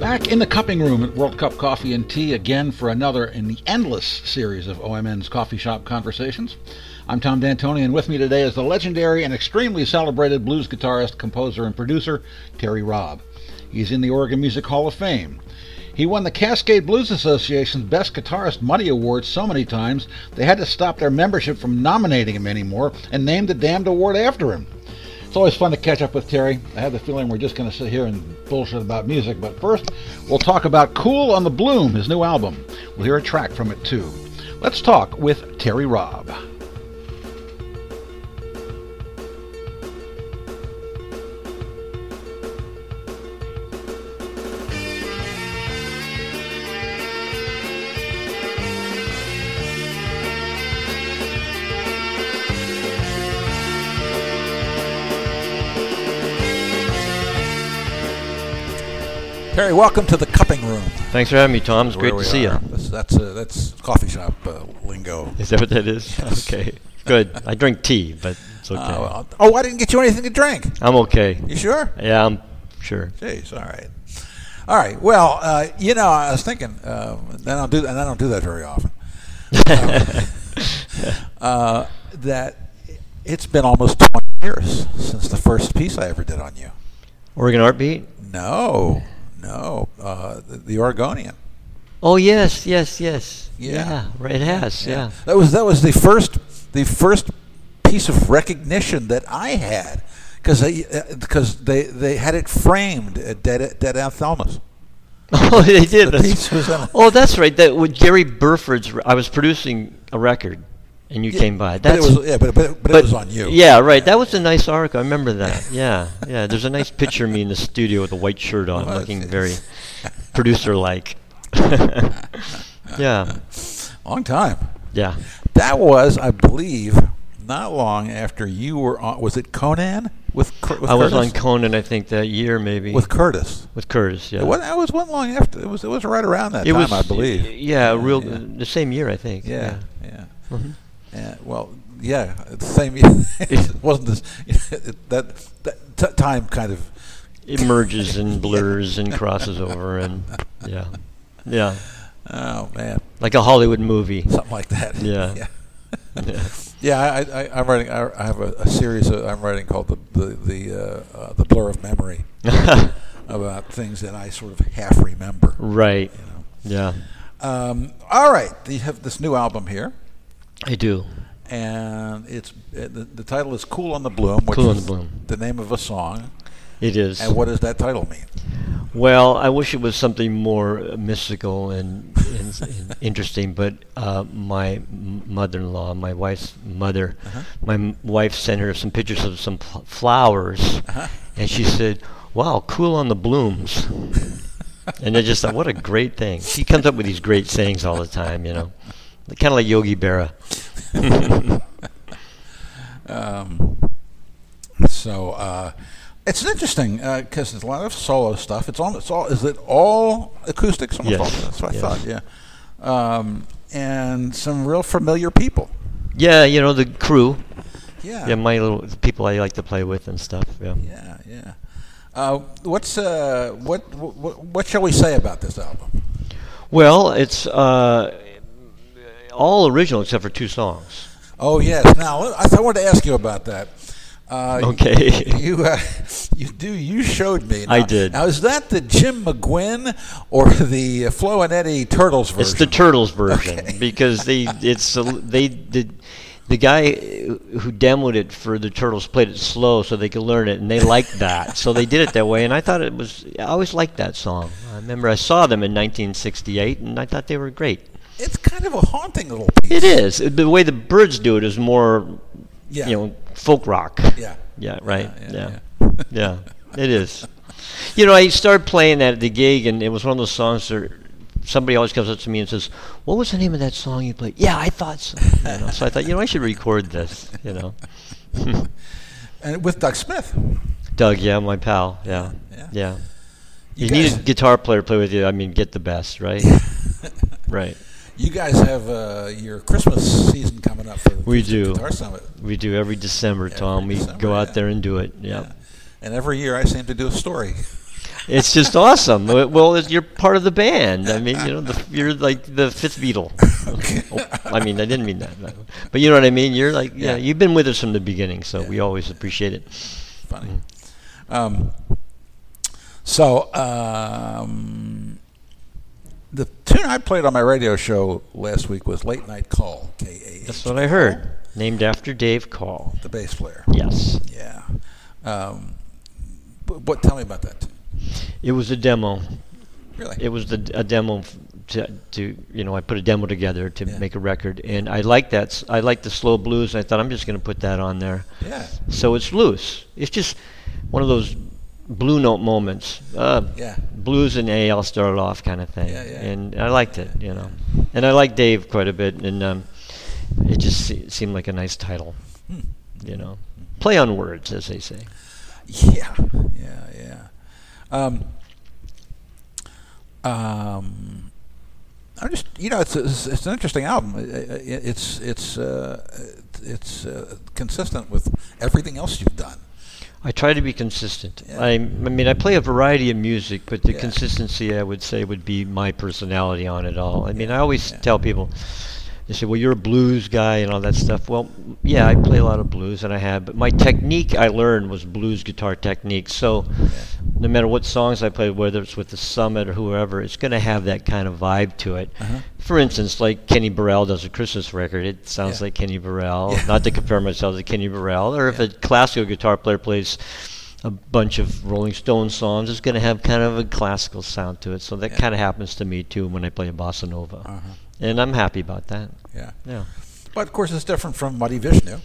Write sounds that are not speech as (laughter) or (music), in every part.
back in the cupping room at World Cup Coffee and Tea again for another in the endless series of OMN's coffee shop conversations. I'm Tom D'Antoni, and with me today is the legendary and extremely celebrated blues guitarist, composer, and producer, Terry Robb. He's in the Oregon Music Hall of Fame. He won the Cascade Blues Association's Best Guitarist Money Award so many times they had to stop their membership from nominating him anymore and named the damned award after him. It's always fun to catch up with Terry. I have the feeling we're just going to sit here and bullshit about music, but first, we'll talk about Cool on the Bloom, his new album. We'll hear a track from it too. Let's talk with Terry Robb. Terry, welcome to the cupping room. Thanks for having me, Tom. It's great to see you. That's that's, uh, that's coffee shop uh, lingo. Is that what that is? (laughs) Yes. Okay. Good. I drink tea, but it's okay. Uh, well, oh, I didn't get you anything to drink. I'm okay. You sure? Yeah, I'm (laughs) sure. Jeez, all right, all right. Well, uh, you know, I was thinking, uh, and I don't do and I don't do that very often. (laughs) uh, that it's been almost twenty years since the first piece I ever did on you. Oregon Art Beat? No, no, uh, the, the Oregonian. Oh, yes, yes, yes. Yeah. Yeah, right, it has, yeah. That was that was the first the first piece of recognition that I had because they because they they had it framed at uh, Dead Dead Athelmas. (laughs) Oh, they did. The that's- piece was on- oh, that's right. That with Jerry Burford's. I was producing a record, and you came by. But it That's, was yeah, but but, but, it was on you. Yeah, right. That was a nice arc. I remember that. Yeah, yeah. There's a nice picture of me in the studio with a white shirt (laughs) on, Well, looking it's- very producer-like. (laughs) yeah, long time. yeah. That was, I believe, not long after you were on. Was it Conan with, Cur- with I was Curtis? on Conan, I think, that year maybe with Curtis. with Curtis. Yeah, It was, that was one long after. It was it was right around that It time, was, I believe. Yeah, real yeah. the same year, I think. Yeah, Mm-hmm. yeah. Mhm. Yeah, well, yeah, it's the same. (laughs) it wasn't this (laughs) that, that t- time kind of. It merges (laughs) and blurs and crosses over and yeah, yeah, Oh man, like a Hollywood movie. something like that. Yeah. (laughs) yeah. Yeah. Yeah, I, I, I'm writing. I, I have a, a series that I'm writing called the the the, uh, uh, the blur of memory about things that I sort of half remember. (laughs) right. You Yeah, know. Um, all right, you have this new album here, I do. and it's uh, the, the title is "Cool on the Bloom," which Cool on is the Bloom. the name of a song. It is. And what does that title mean? Well, I wish it was something more uh, mystical and, and, and (laughs) interesting, but uh, my m- mother-in-law, my wife's mother, my m- wife sent her some pictures of some pl- flowers, and she said, "Wow, cool on the blooms." and I just thought, what a great thing. She comes up with these great sayings all the time, you know, kind of like Yogi Berra. Um, so uh, it's interesting because there's a lot of solo stuff. It's all. It's all. Is it all acoustics? Almost Yes, all- That's what yes. I thought. Yeah. Um, and some real familiar people. Yeah, you know the crew. Yeah. Yeah, my little people I like to play with and stuff. Yeah. yeah. Yeah. Uh, what's uh, what, what what shall we say about this album? Well, it's uh, all original except for two songs. Oh yes. Now I, I wanted to ask you about that. Uh, Okay. (laughs) You uh, you do you showed me. I Now- did. Now is that the Jim McGuinn or the uh, Flo and Eddie Turtles version? It's the (laughs) Turtles version because they it's a- they did. The guy who demoed it for the Turtles played it slow so they could learn it, and they liked that. so they did it that way, and I thought it was. I always liked that song. I remember I saw them in 1968, and I thought they were great. It's kind of a haunting little piece. It is the way the Birds do it is more, Yeah. you know, folk rock. Yeah. Yeah, right. yeah, Yeah. (laughs) Yeah. it is. You know, I started playing that at the gig, and it was one of those songs that somebody always comes up to me and says, What was the name of that song you played? Yeah, I thought so. You know, so I thought, you know, I should record this, you know. (laughs) And with Doug Smith. Doug, yeah, my pal. Yeah. Yeah. Yeah. You You, need guys- a guitar player to play with you. I mean, get the best, (laughs) right? (laughs) right. You guys have uh, your Christmas season coming up for the We do. Guitar Summit. We do every December, Tom. we December, go out yeah. there and do it. Yeah. And every year I seem to do a story. (laughs) it's (laughs) just awesome. Well, it's, you're part of the band. I mean, you know, the, you're like the fifth Beatle. Oh, I mean, I didn't mean that, but- but you know what I mean. You're like, yeah, Yeah. you've been with us from the beginning, so we always appreciate it. funny. Um, so um, the tune I played on my radio show last week was "Late Night Call," K That's what I heard. Named after Dave Call. the bass player. Yes, Yeah. Um, but what? Tell me about that. tune. it was a demo. Really? It was the, a demo f- to, to you know I put a demo together to Yeah. make a record, and I like that. s- I like the slow blues. I thought I'm just going to put that on there. yeah. So it's loose. It's just one of those blue note moments. Uh, Yeah. Blues and AL started off kind of thing. Yeah, yeah. And I liked it, you know. And I like Dave quite a bit, and um, it just se- seemed like a nice title, Hmm. you know. Mm-hmm. Play on words, as they say. Yeah, yeah, yeah. Um, um, I'm just, you know, it's it's, it's an interesting album. I- I- I- It's it's uh, it's uh, consistent with everything else you've done. I try to be consistent. Yeah. I, I mean, I play a variety of music, but the Yeah. consistency I would say would be my personality on it all. I mean, I always Yeah. tell people, they say, "Well, you're a blues guy and all that stuff." Well, yeah, I play a lot of blues, and I have, but my technique I learned was blues guitar technique. So, no matter what songs I play, whether it's with the Summit or whoever, it's going to have that kind of vibe to it. Uh-huh. For instance, like Kenny Burrell does a Christmas record, it sounds Yeah. like Kenny Burrell. Yeah. Not to compare myself to Kenny Burrell, or if Yeah. a classical guitar player plays a bunch of Rolling Stones songs, it's going to have kind of a classical sound to it. So that Yeah. Uh-huh. kind of happens to me too when I play a bossa nova, and I'm happy about that. Yeah, Yeah. but of course it's different from Muddy Vishnu.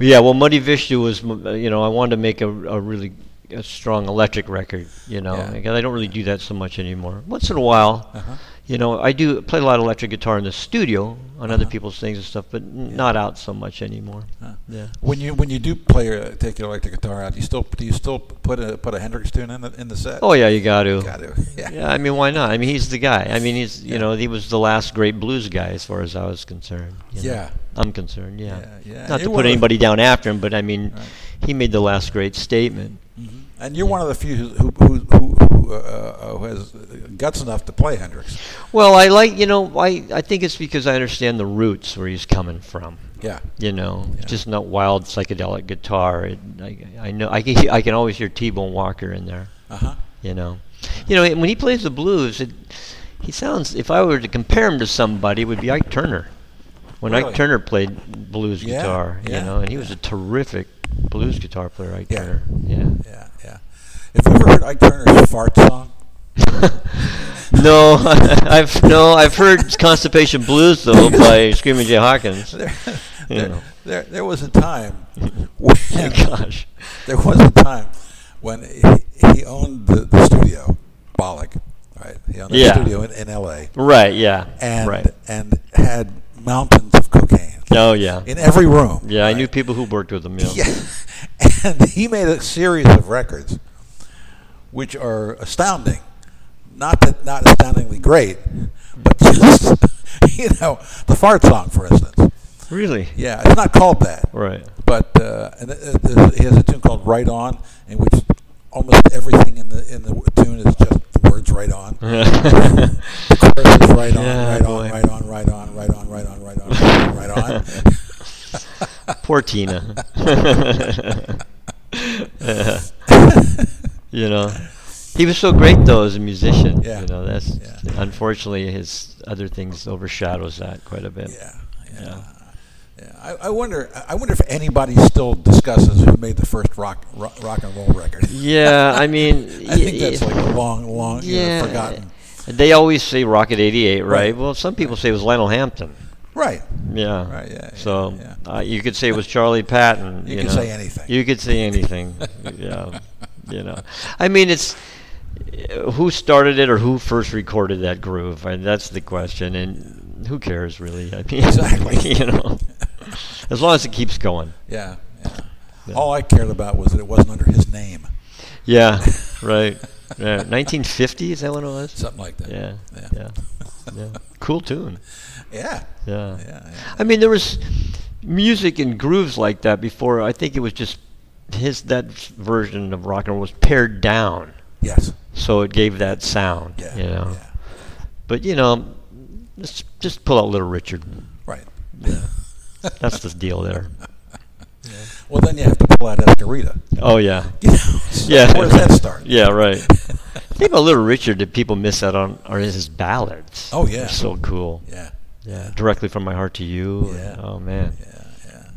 Yeah, well, Muddy Vishnu was, m- uh, you know, I wanted to make a, a really a strong electric record, you know, Yeah. because I don't really do that so much anymore. Once in a while, Uh-huh. you know, I do play a lot of electric guitar in the studio on other people's things and stuff, but n not out so much anymore. Uh-huh. Huh. Yeah. When you when you do play uh, take your electric guitar out, do you still do you still put a put a Hendrix tune in the in the set? Oh yeah, you got to. got to. Yeah. Yeah, I mean, why not? I mean, he's the guy. I mean, he's you Yeah. know, he was the last great blues guy as far as I was concerned. you know. Yeah. I'm concerned. Yeah, Yeah, yeah. Not It to was- put anybody down after him, but I mean, Right. he made the last great statement. Mm-hmm. And you're one of the few who who who, who, uh, uh, who has guts enough to play Hendrix. Well, I like you know, I I think it's because I understand the roots where he's coming from. Yeah. You know, Yeah. just not wild psychedelic guitar. It, I, I know I can he- I can always hear T-Bone Walker in there. Uh huh. You know, you know when he plays the blues, it, he sounds. If I were to compare him to somebody, it would be Ike Turner. When Really? Ike Turner played blues Yeah, guitar, yeah, you know, and he yeah. was a terrific blues guitar player, Ike Yeah. Turner. Yeah. Yeah, yeah. Have you ever heard Ike Turner's fart song? (laughs) no, (laughs) I've no, I've heard "Constipation Blues" (laughs) though by Screaming Jay Hawkins. (laughs) There, Yeah. there, there, there was a time (laughs) when Gosh, there was a time when he, he owned the, the studio, Bollock, right? He owned the Yeah. studio in, in L.A. right? Yeah, and right. and had mountains of cocaine Oh yeah, in every room. yeah. I right? knew people who worked with him. Yeah. Yeah. (laughs) And he made a series of records which are astounding. Not that not astoundingly great, but (laughs) just you know, the fart song for instance. Really? Yeah, it's not called that. Right. But uh, and it- it- it- he has a tune called "Right On," in which almost everything in the in the tune is just the words "right (laughs) on." the chorus is "right on," Yeah, right, on boy. "right on," "right on," "right on," "right on," "right on," "right on," "right on." (laughs) (laughs) Poor Tina. (laughs) you know, he was so great though as a musician. Yeah. You know, that's Yeah. unfortunately his other things overshadows that quite a bit. Yeah, yeah. Yeah. Yeah, I, I wonder. I wonder if anybody still discusses who made the first rock rock, rock and roll record. (laughs) Yeah, I mean, I think y- that's like a long, long, you know, yeah. forgotten. They always say Rocket '88, right? Right. Well, some people say it was Lionel Hampton. Right. Yeah. Right, yeah, yeah, so yeah. Uh, you could say it was Charlie Patton. You You, could know. say anything. You could say (laughs) anything. yeah. You know, I mean, it's uh, who started it or who first recorded that groove, and that's the question. And who cares really? I mean, Exactly. (laughs) you know, as long as it keeps going. Yeah, yeah. Yeah. All I cared about was that it wasn't under his name, Yeah. (laughs) Right. Yeah. 1950 is that what it was? something like that. Yeah. Yeah. Yeah. yeah. Cool tune. (laughs) Yeah. Yeah. Yeah. yeah. I mean, there was music and grooves like that before. I think it was just his that version of rock and roll was pared down. Yes. so it gave that sound. Yeah. You know, Yeah. but you know, just just pull out Little Richard. Right. (laughs) That's the deal there. (laughs) Well, then you have to pull out Escarita. Oh yeah, (laughs) You know, so yeah. Where does that start? (laughs) Yeah, right. (laughs) Think about Little Richard that people miss out on are his ballads. Oh, yeah. They're so cool. Yeah. Yeah, directly from my heart to you. and- Yeah. oh man. Yeah.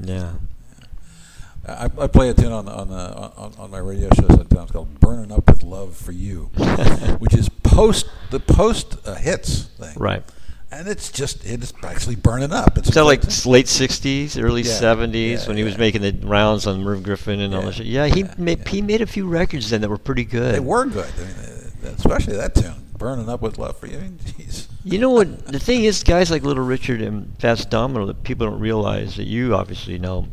Yeah. Yeah. I, I play a tune on the, on, the, on, on my radio show sometimes called "Burning Up with Love (laughs) for You," which is post the post uh, hits thing, Right. And it's just it's actually burning up. It's Is that a great like tune. s- late '60s, early Yeah. '70s Yeah, when he was yeah. making the rounds on Merv Griffin and all Yeah. that shit? Yeah, he Yeah, made yeah. he made a few records then that were pretty good. they were good, I mean, uh, especially that tune "Burning Up with Love for You." I mean, jeez. You know what? The thing is, guys like Little Richard and Fats Domino, that people don't realize that you obviously know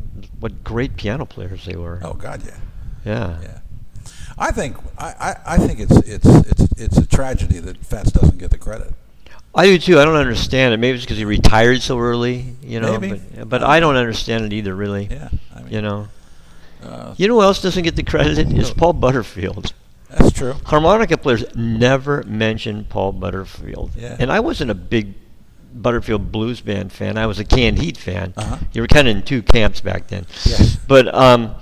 what great piano players they were. Oh God, yeah. yeah. Yeah, I think I, I, I think it's it's it's it's a tragedy that Fats doesn't get the credit. I do too. I don't understand it. Maybe it's because he retired so early, you know. Maybe. But, but I don't understand it either, really. Yeah, I mean, You know. uh, You know who else doesn't get the credit? It's No. Paul Butterfield. that's true. Harmonica players never mention Paul Butterfield. Yeah. And I wasn't a big Butterfield blues band fan. I was a canned heat fan. Uh-huh. You were kind of in two camps back then. Yes. But um,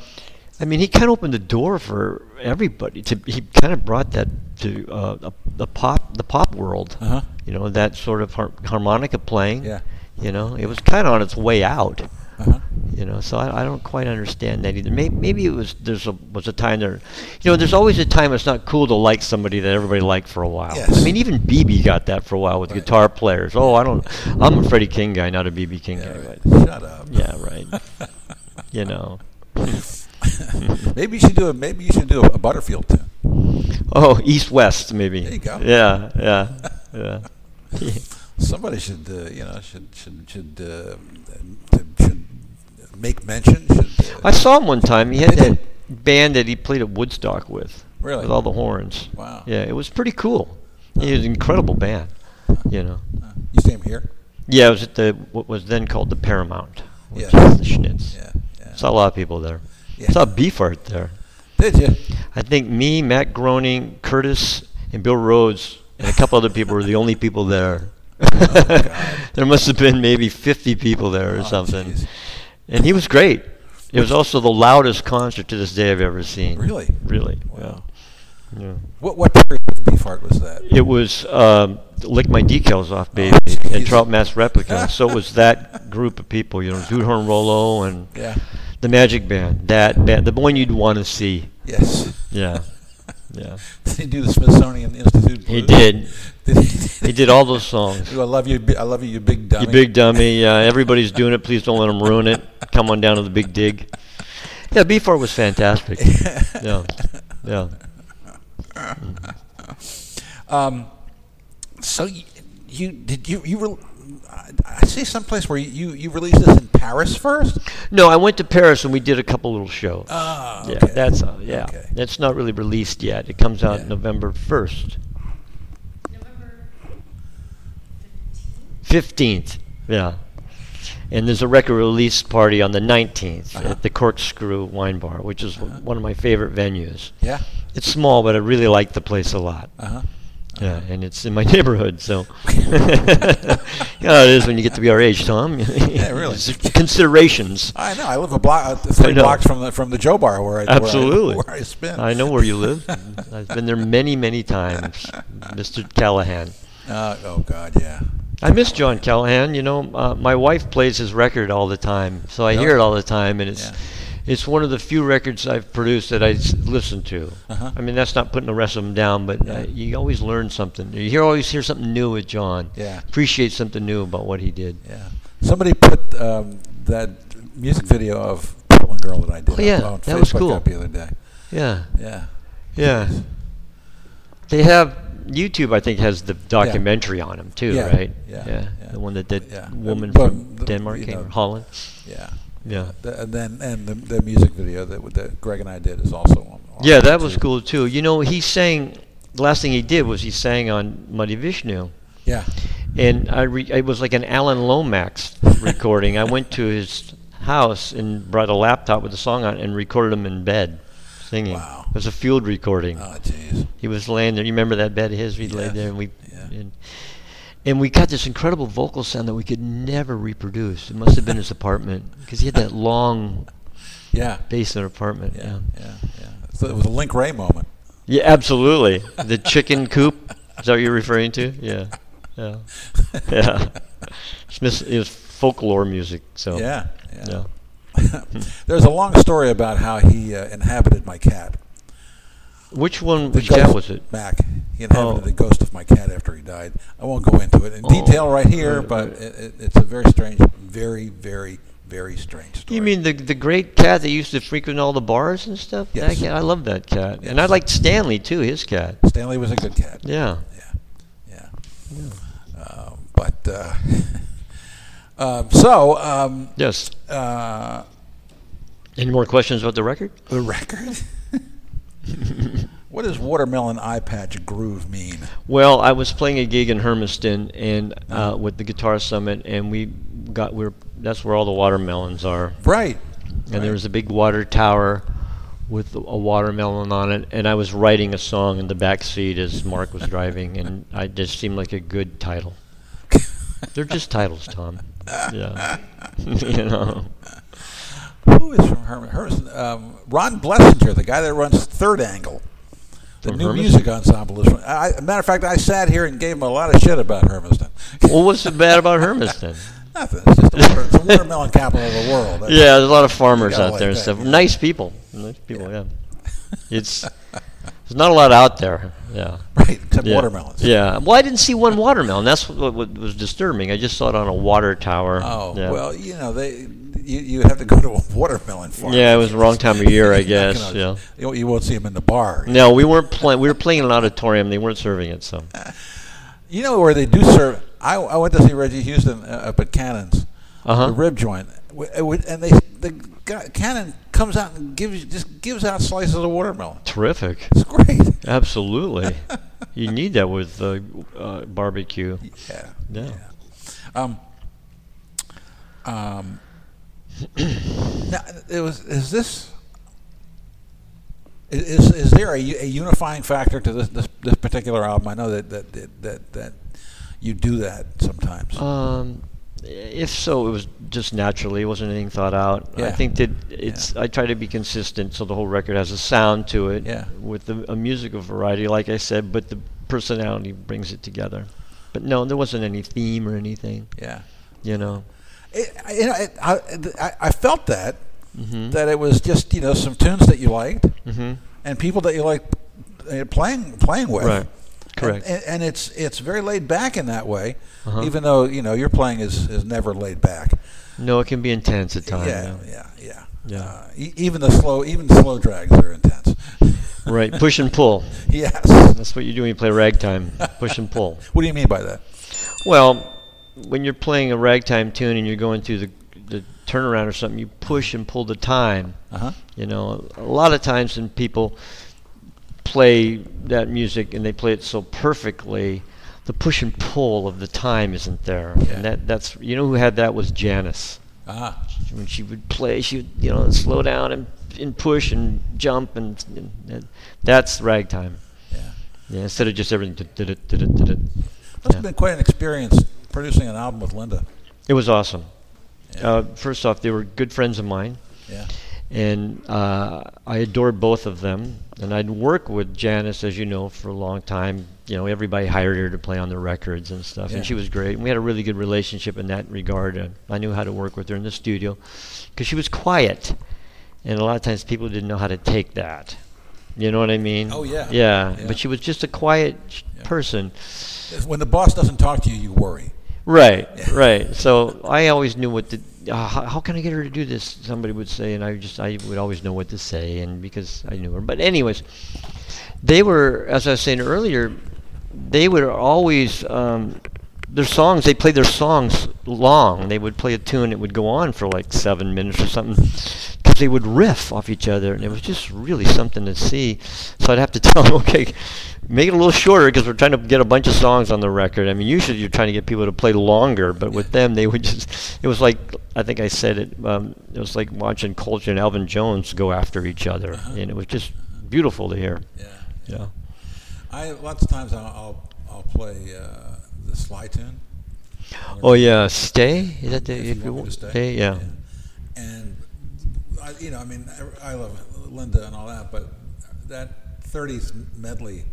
I mean, he kind of opened the door for everybody. To he kind of brought that to uh, the- the pop the pop world. Uh-huh. You know that sort of har- harmonica playing. Yeah. You know, it was kind of on its way out. Uh-huh. You know, so I, I don't quite understand that either. Maybe, maybe it was there's a was a time there, you know, there's always a time it's not cool to like somebody that everybody liked for a while. Yes. I mean, even BB got that for a while with Right. guitar players. Oh, I don't, I'm a Freddie King guy, not a BB King guy. Yeah, But, right. Shut up. yeah, (laughs) right. you know. maybe you should do a maybe you should do a, a Butterfield tune. Oh, East West maybe. There you go. Yeah, yeah, yeah. (laughs) Somebody should uh, you know should should should uh, should- should make mention. Should, uh, I saw him one time. He had Did that band that he played at Woodstock with. Really? With all the horns. Wow. Yeah, it was pretty cool. He was an incredible band. You know. Uh, you see him here. Yeah, it was at the what was then called the Paramount, which Yeah. is the Schnitz. Yeah. yeah. Saw a lot of people there. Yeah. Saw Beefheart there. Did you? I think me, Matt Groening, Curtis, and Bill Rhodes, and a couple other people were the only people (laughs) there. Oh, God. (laughs) there must have been maybe 50 people there or Oh, something. jeez. And he was great. It was also the loudest concert to this day I've ever seen. Really? Really. Wow. Yeah. yeah. What what period of Beefheart was that? It was um, lick my decals off, baby, Oh, jeez. and Trout Mass (laughs) Replica. so it was that group of people, you know, Dude Horn Rolo and Yeah. the Magic Band, that band, the one you'd want to see. Yes. (laughs) Yeah, yeah. Did he do the Smithsonian Institute? Blues? He did. Did he, He did all those songs. I love you. bi- I love you. You big dummy. You big (laughs) dummy. Yeah, everybody's doing it. Please don't let them ruin it. Come on down to the big dig. Yeah, B4 was fantastic. Yeah, yeah. Um, so you, you did you you re- I, I see someplace where you you released this in Paris first. No, I went to Paris and we did a couple little shows. Ah, yeah, okay. that's uh, yeah. Okay. That's not really released yet. It comes out Yeah. November first, fifteenth. Yeah, and there's a record release party on the 19th at the Corkscrew Wine Bar, which is w- one of my favorite venues. yeah. It's small, but I really like the place a lot. Uh huh. Yeah, and it's in my (laughs) neighborhood, (laughs) so yeah, it is when you get to be our age, Tom. (laughs) yeah, really. Considerations. I know. I live a block, uh, I three know. blocks from the from the Joe Bar where I where I- Absolutely. where I, spin. I know where you (laughs) live. I've been there many, many times, Mr. Callahan. Uh, oh God, yeah. I miss John Callahan. You know, uh, my wife plays his record all the time, so I hear it all the time, and it's Yeah. it's one of the few records I've produced that I s- listen to. Uh-huh. I mean, that's not putting the rest of them down, but uh, you always learn something. You hear, always hear something new with John. Yeah. appreciate something new about what he did. Yeah. Somebody put um, that music video of Portland Girl that I did. Oh, yeah. up on That was Facebook cool. up the other day. Yeah, Yeah. yeah. They have YouTube. I think has the documentary on him too, Yeah, right? yeah, yeah. the one that that Yeah. woman But from the- Denmark you came know. or Holland. Yeah. Yeah. The, and then and the, the music video that, that Greg and I did is also on. on Yeah, that was YouTube. cool too. You know, he sang. The last thing he did was he sang on Muddy Vishnu, Yeah. and I re- it was like an Alan Lomax recording. I went to his house and brought a laptop with the song on it and recorded him in bed. singing. Wow. It was a field recording. Oh, jeez. He was laying there. You remember that bed of his? We laid Yes, there, and we yeah. and, and we got this incredible vocal sound that we could never reproduce. It must have been his apartment because he had that long Yeah. basement apartment. Yeah. Yeah. Yeah. Yeah. So it was a Link Ray moment. Yeah, absolutely. The chicken coop. Is that what you're referring to? Yeah. (laughs) Yeah. Yeah. Smith it was folklore music. So Yeah. Yeah. Yeah. (laughs) There's a long story about how he uh, inhabited my cat. Which one? Which The cat ghost- was it? Mac. He inhabited Oh. the ghost of my cat after he died. I won't go into it in detail right here, right, but right. It, it, it's a very strange, very, very, very strange story. You mean the the great cat that used to frequent all the bars and stuff? Yes. That cat, I love that cat. And I Yes. liked Stanley too, his cat. Stanley was a good cat? Yeah. Yeah, yeah. Um, but uh, (laughs) um, so um, Yes. uh, Any more questions about the record? the record. (laughs) what does watermelon eye patch groove mean? Well, I was playing a gig in Hermiston and Uh-huh. uh, with the Guitar Summit, and we got we're that's where all the watermelons are. Right. and there was a big water tower with a watermelon on it and i was writing a song in the back seat as mark was driving (laughs) and i just seemed like a good title they're just titles tom (laughs) yeah (laughs) you know Who is from Herman? Herman um, Ron Blessinger, the guy that runs Third Angle, the From new Hermiston? music ensemble. Is from, I, I- matter of fact, I sat here and gave him a lot of shit about Hermiston. well what's so bad about hermiston (laughs) Nothing. It's just the water, it's the watermelon capital of the world. That's- (laughs) yeah there's a lot of farmers gotta out like there and that, stuff yeah. nice people nice people yeah, (laughs) it's there's not a lot out there yeah Right, except yeah. watermelons. Yeah. Well, I didn't see one watermelon. That's what, what was disturbing. I just saw it on a water tower. Oh Yeah. well, you know they you you have to go to a watermelon farm. Yeah, it was the wrong time of (laughs) year, I guess, yeah. yeah, you won't see them in the bar. No, we weren't playing. We were playing in an auditorium. They weren't serving it, so Uh. You know where they do serve. I, I went to see Reggie Houston uh, up at Cannon's, Uh-huh. the rib joint, W- it would- and they the guy, Cannon comes out and gives just gives out slices of watermelon. terrific. It's great. (laughs) (laughs) Absolutely, you need that with uh, uh, barbecue. Yeah. Yeah. Um. (clears throat) Um. now, it was. Is this? i- Is is there a, u- a unifying factor to this, this this particular album? I know that that that that, that you do that sometimes. Um, if so, it was just naturally. It wasn't anything thought out. I Yeah. think that it's. I try to be consistent, so the whole record has a sound to it. Yeah. With the, a musical variety, like I said, but the personality brings it together. But no, there wasn't any theme or anything. yeah. You know. It, I- you know, it, I, I I felt that Mm-hmm. that it was just you know some tunes that you liked and people that you liked uh, playing playing with. Right. And- Correct. Uh-huh. And, and it's it's very laid back in that way, even though you know your playing is, is never laid back. No, it can be intense at times. yeah, yeah. yeah, yeah, Yeah. Uh, e- even the slow even the slow drags are intense. (laughs) Right, push and pull. yes. That's what you do when you play ragtime. (laughs) Push and pull. What do you mean by that? Well, when you're playing a ragtime tune and you're going through the the turnaround or something, you push and pull the time. Uh huh. You know, a lot of times when people play that music and they play it so perfectly, the push and pull of the time isn't there. Yeah. And that that's you know who had that was Janice. Ah, when she would play, she would you know slow down and, and push and jump and, and, and that's ragtime. yeah. Yeah, instead of just everything. Did it, did it, did it. That's Yeah. been quite an experience producing an album with Linda. It was awesome. Yeah. Uh, first off, they were good friends of mine, Yeah. and uh, I adored both of them. And I'd worked with Janice, as you know, for a long time. You know, everybody hired her to play on their records and stuff, Yeah. and she was great. And we had a really good relationship in that regard. And I knew how to work with her in the studio because she was quiet, and a lot of times people didn't know how to take that. You know what I mean? Oh, yeah. Yeah, Yeah. but she was just a quiet Yeah. person. When the boss doesn't talk to you, you worry. Right, (laughs) right. So I always knew what to. Uh, how, how can I get her to do this? Somebody would say, and I just I would always know what to say, and because I knew her. But anyways, they were, as I was saying earlier, they would always um, their songs. They played their songs long. They would play a tune. It would go on for like seven minutes or something, because they would riff off each other, and it was just really something to see. So I'd have to (laughs) tell them, okay, make it a little shorter, because we're trying to get a bunch of songs on the record. I mean, usually you're trying to get people to play longer, but with them, they would just. It was like I think I said it. Um, it was like watching Coltrane and Alvin Jones go after each other, and it was just beautiful to hear. Yeah. Yeah. I lots of times I'll I'll, I'll play uh, the Sly tune. Oh yeah, stay. Is that the If you want me to stay. Yeah. And I, you know, I mean, I, I love Linda and all that, but that '30s medley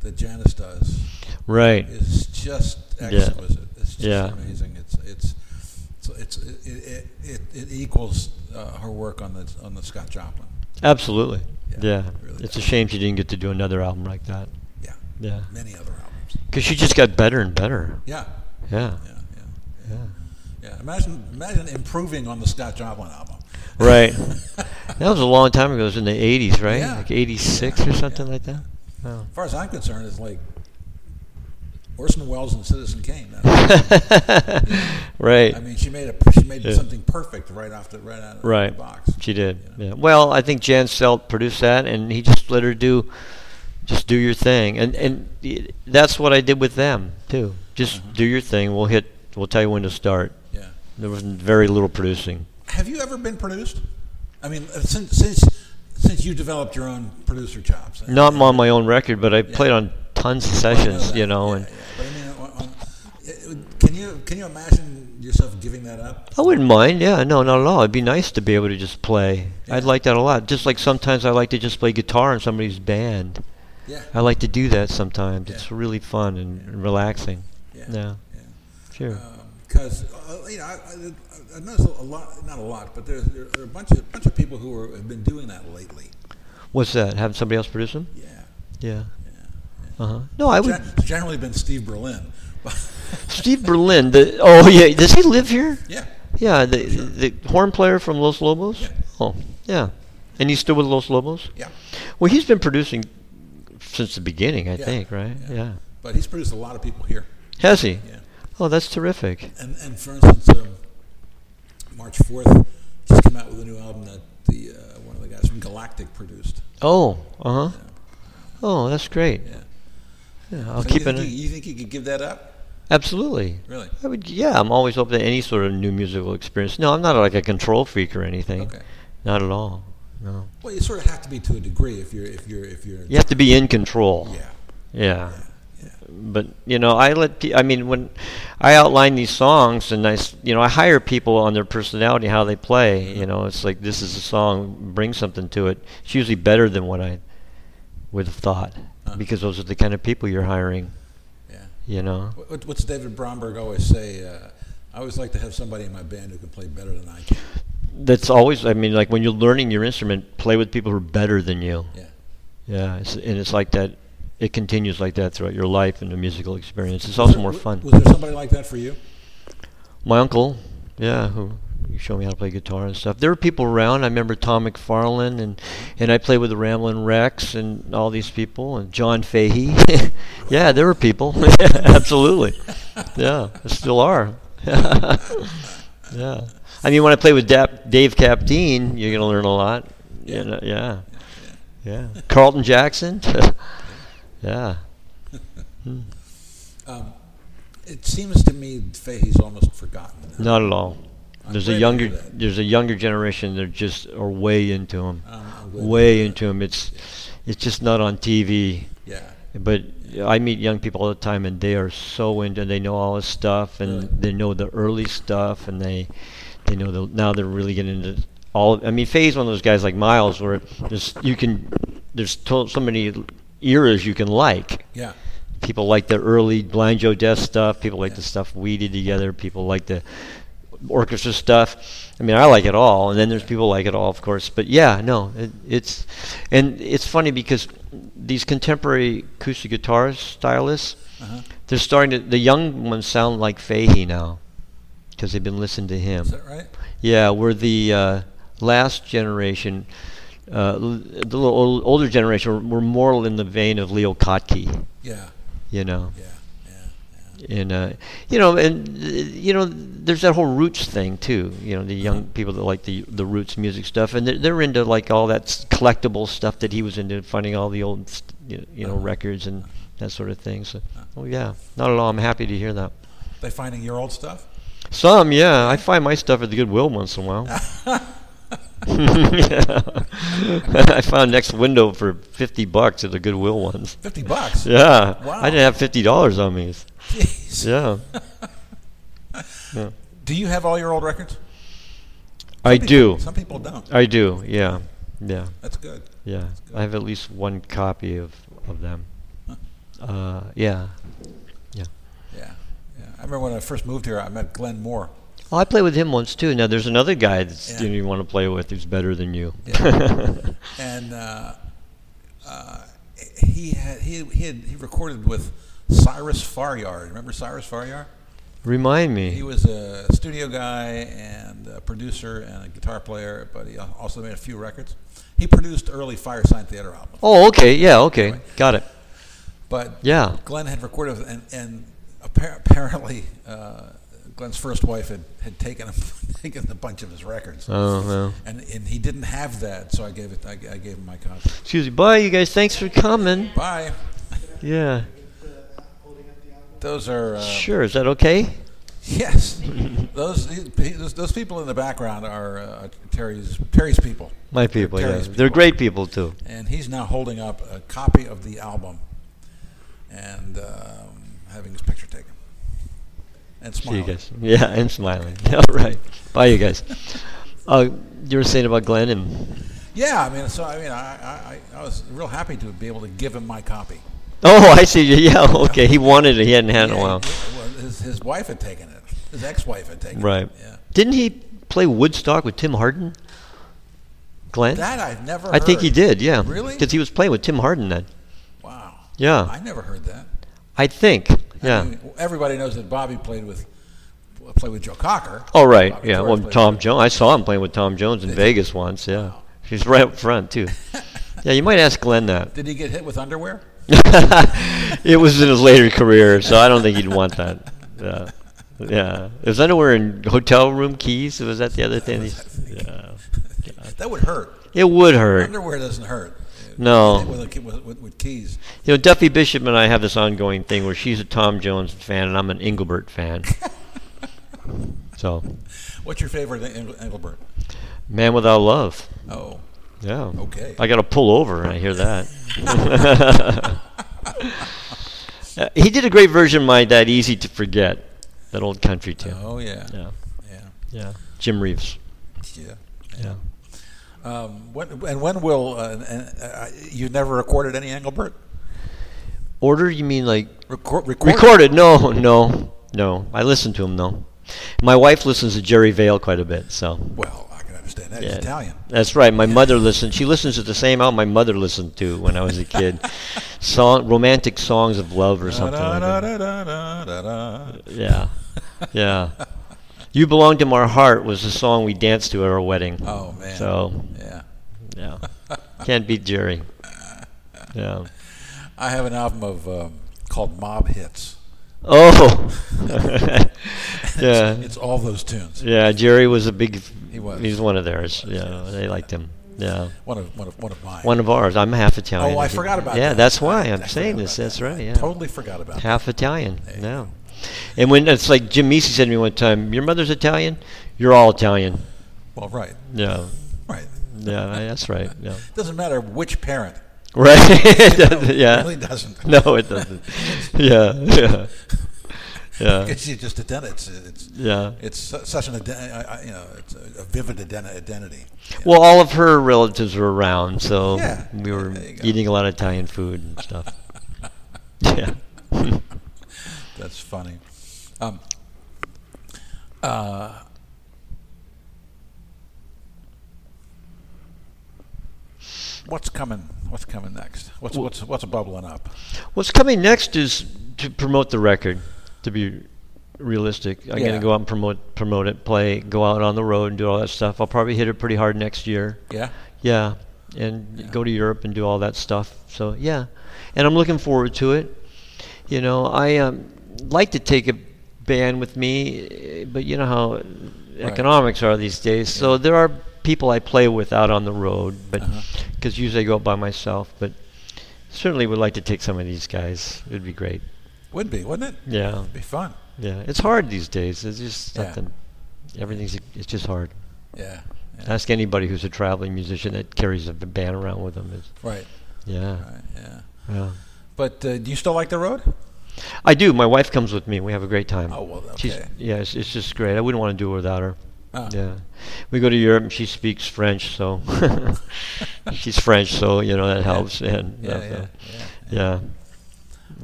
that Janis does Right. is just exquisite. It's just Yeah. amazing. It's it's. So it's it, it, it, it equals uh, her work on the on the Scott Joplin. Absolutely. Yeah, Yeah. it really it's a does. shame she didn't get to do another album like that. Yeah, Yeah. many other albums. Because she just got better and better. Yeah, Yeah. yeah, yeah. Yeah. Yeah, imagine imagine improving on the Scott Joplin album. (laughs) Right. That was a long time ago. It was in the 80s, right? Yeah. Like 86 or something like that. Wow. As far as I'm concerned, it's like Orson Welles and Citizen Kane. (laughs) right. I mean, she made a she made Yeah. something perfect right off the right out of right. the box. She did. You know? Yeah. Well, I think Jan Selt produced that, and he just let her do, just do your thing, and and y- that's what I did with them too. Just Mm-hmm. do your thing. We'll hit. We'll tell you when to start. Yeah. There was very little producing. Have you ever been produced? I mean, uh, since since since you developed your own producer chops. and- Not and- on my own record, but I played on tons of I know sessions, that. you know, Yeah, and yeah. But I mean, on, on, it- it- can you can you imagine yourself giving that up? I wouldn't mind. Yeah, no, not at all. It'd be nice to be able to just play. I'd like that a lot. Just like sometimes I like to just play guitar in somebody's band. Yeah. I like to do that sometimes. Yeah. It's really fun and relaxing. Yeah. Yeah, yeah. sure. because uh, you know I, I, I noticed a lot, not a lot, but there's there, there are a bunch of bunch of people who are, have been doing that lately. What's that? Having somebody else produce them? Yeah, Yeah. yeah. Uh huh. No, I would. Gen- generally been Steve Berlin, (laughs) but (laughs) Steve Berlin. The oh yeah. Does he live here? yeah, Yeah. The the horn player from Los Lobos. Yeah. Oh yeah. And he's still with Los Lobos. yeah, Well, he's been producing since the beginning, I Yeah. think. Right. Yeah. but he's produced a lot of people here. Has he? Yeah, Oh, that's terrific. and and for instance, um, March fourth just came out with a new album that the uh, one of the guys from Galactic produced. Oh. Uh huh. Oh, that's great. Yeah, Yeah, I'll So keep you an think, eye. you, you think you could give that up? Absolutely. Really? I would, yeah, I'm always open to any sort of new musical experience. No, I'm not like a control freak or anything. Okay. Not at all. No. Well, you sort of have to be to a degree if you're if you're if you're You have to be in control. yeah Yeah. yeah But you know, I let pe- I mean when I outline these songs and I s- you know I hire people on their personality how they play. You know, it's like this is a song, bring something to it. It's usually better than what I would have thought Uh-huh. because those are the kind of people you're hiring. yeah. You know. What, what's David Bromberg always say? Uh, I always like to have somebody in my band who can play better than I can. That's always I mean like when you're learning your instrument, play with people who are better than you. Yeah, Yeah, it's, and it's like that. It continues like that throughout your life and the musical experience. It's also more Was- fun. Was there somebody like that for you? (laughs) My uncle, yeah, who he showed me how to play guitar and stuff. There were people around. I remember Tom McFarlane and and I played with the Ramblin' Rex and all these people and John Fahey. (laughs) yeah, there were people. (laughs) Absolutely. Yeah, there still are. (laughs) yeah. I mean, when I play with Dap, Dave Capdeen, you're gonna learn a lot. Yeah. You know, yeah. Yeah. Carlton Jackson. (laughs) yeah. It seems to me Fahey's almost forgotten. now. Not at all. I'm There's glad a to younger hear that. there's a younger generation that just are way into them, Um, I'm glad to way hear that. into them. It's it's just not on TV. Yeah, But I meet young people all the time, and they are so into. They know all this stuff, and Really? they know the early stuff, and they they know the now they're really getting into all. Of, I mean, Faye's one of those guys like Miles, where there's you can there's to, so many eras you can like yeah, people like the early Blind Joe Death stuff. People like the stuff we did together. People like the orchestra stuff. I mean, I like it all, and then there's people like it all, of course. But yeah, no, it, it's and it's funny because these contemporary acoustic guitar stylists, Uh-huh. they're starting to the young ones sound like Fahey now because they've been listening to him. is that right? Yeah, we're the uh, last generation. Uh, l- the little ol- older generation were more in the vein of Leo Kottke, Yeah, you know yeah, yeah. and uh, you know, and uh, you know, there's that whole roots thing too. You know, the young people that like the the roots music stuff, and they're, they're into like all that s- collectible stuff that he was into, finding all the old, st- you know, you know, records and that sort of thing. So, oh yeah, not at all. I'm happy to hear that. They finding your old stuff? Some, yeah, I find my stuff at the Goodwill once in a while. (laughs) I found next window for fifty bucks at the Goodwill ones. Fifty bucks. Yeah, Wow. I didn't have fifty dollars on me. Jeez. Yeah, Do you have all your old records? I Some do. people- Some people don't. I do. Yeah, yeah, That's good. yeah. I have at least one copy of of them. Uh, yeah. Yeah. yeah. I remember when I first moved here, I met Glenn Moore. Well, I played with him once too. Now there's another guy that Yeah. you, know, you want to play with who's better than you. (laughs) and uh, uh, he had he he, had, he recorded with Cyrus Faryard. Remember Cyrus Faryard? (laughs) Remind me. He was a studio guy and a producer and a guitar player, but he also made a few records. He produced early Firesign Theater albums, oh, okay. Yeah, okay. Got it. but Yeah. Glenn had recorded with- and and appar- apparently. Uh, Glenn's first wife had, had taken him, (laughs) taken a bunch of his records, Oh, well. and and he didn't have that, so I gave it I, I gave him my copy. Excuse me. Bye, you guys. Thanks for coming. Bye. (laughs) Yeah. Those are uh, Sure. Is that okay? (laughs) Yes, those, those those people in the background are uh, Terry's Terry's people, My people. Yeah. Terry's They're great people too. and he's now holding up a copy of the album and um, having his picture taken and See you smiling. guys. Yeah, and smiling. (laughs) All right. Bye, you guys. Uh, you were saying about Glenn and. Yeah, I mean, so I mean, I, I I was real happy to be able to give him my copy. Oh, I see. (laughs) Yeah. Okay. He wanted it. He hadn't had it in a while. uh, Well, his, his wife had taken it. His ex-wife had taken Right. it. Yeah. Didn't he play Woodstock with Tim Harden? Glenn. That I've never. I think he heard. did, yeah. Really? Because he was playing with Tim Harden then. Wow. Yeah. I never heard that. I think. Yeah. I mean, everybody knows that Bobby played with played with Joe Cocker. oh, right. Bobby Yeah. Flay Well, played Tom with- Jones. I saw him playing with Tom Jones in Vegas once. Yeah. He's right up front, (laughs) too. yeah, you might ask Glenn that. (laughs) Did he get hit with underwear? it was in his later career, so I don't think he'd want (laughs) that. Yeah. Yeah. Was underwear in hotel room keys? Was that the other (laughs) thing? Yeah. That would hurt. It would hurt. Underwear doesn't hurt. No. Hit With, a- with, with, with keys. (laughs) You know, Duffy Bishop and I have this ongoing thing where she's a Tom Jones fan and I'm an Engelbert fan. so, What's your favorite Eng- Engelbert? Man Without Love. (laughs) Oh, (laughs) Yeah. okay. I got to pull over and I hear that. Uh, (laughs) he did a great version of my That Easy to Forget, that old country tune. oh yeah. Yeah. Yeah. Yeah. Jim Reeves. Yeah. Yeah. Um, when, and when will uh, and, uh, you never recorded any Engelbert? Order, you mean like Record, record recorded? No, no, no. I listen to him, though. My wife listens to Jerry Vale quite a bit, so. Well, I can understand that. Yeah. It's Italian. That's right. My mother listened. She listens to the same album my mother listened to when I was a (laughs) kid. Song, romantic songs of love or something. like that. Da-da-da-da-da-da-da. Yeah, yeah. You belong to my heart was the song we danced to at our wedding. Oh man. So yeah. (laughs) yeah, can't beat Jerry. Yeah. I have an album of um, called Mob Hits. (laughs) Oh. (laughs) yeah. It's all those tunes. Yeah. Jerry was a big. He was. He's one of theirs. Yeah, they liked him. Yeah. One of one of one of mine. One of ours. I'm half Italian. oh, I if you- forgot about that. Yeah, that's why I- I'm I saying forgot this. about That's that. right. I Yeah. Totally forgot about that. half Italian. you No. And when it's like Jim Meese said to me one time, "Your mother's Italian, you're all Italian." Well, right, Yeah, right. yeah, that's right. Yeah, Doesn't matter which parent. (laughs) right. (laughs) It doesn't- It yeah. really doesn't. No, it doesn't. Yeah, yeah, yeah, It's you just ident- it's it's yeah. it's su- such an ident- I- I- you know it's a a vivid ident- identity. Well, all of her relatives were around, so Yeah, we were there you go. eating a lot of Italian food and stuff. (laughs) yeah. That's funny. Um, uh, what's coming? What's coming next? What's what's what's bubbling up? What's coming next is to promote the record. To be realistic, I'm Yeah. gonna go out and promote promote it, play, go out on the road and do all that stuff. I'll probably hit it pretty hard next year. Yeah. Yeah, and go to Europe and do all that stuff. So yeah, and I'm looking forward to it. You know, I um, like to take a band with me, eh, but you know how economics are these days. So there are people I play with out on the road, but because usually I go out by myself. But certainly would like to take some of these guys. It'd be great. Would be, wouldn't it? Yeah, It'd be fun. yeah. It's hard these days. It's just Yeah. nothing. Everything's it's just hard. Yeah. Ask anybody who's a traveling musician that carries a b- band around with them. It's, Right. yeah, Right. Yeah. yeah. But uh, do you still like the road? I do. My wife comes with me. We have a great time. Oh, well, She's, okay. yeah, it's, it's just great. I wouldn't want to do it without her. Ah. Yeah, we go to Europe and she speaks French, so (laughs) she's French, so you know that helps. And Yeah, uh, yeah, yeah.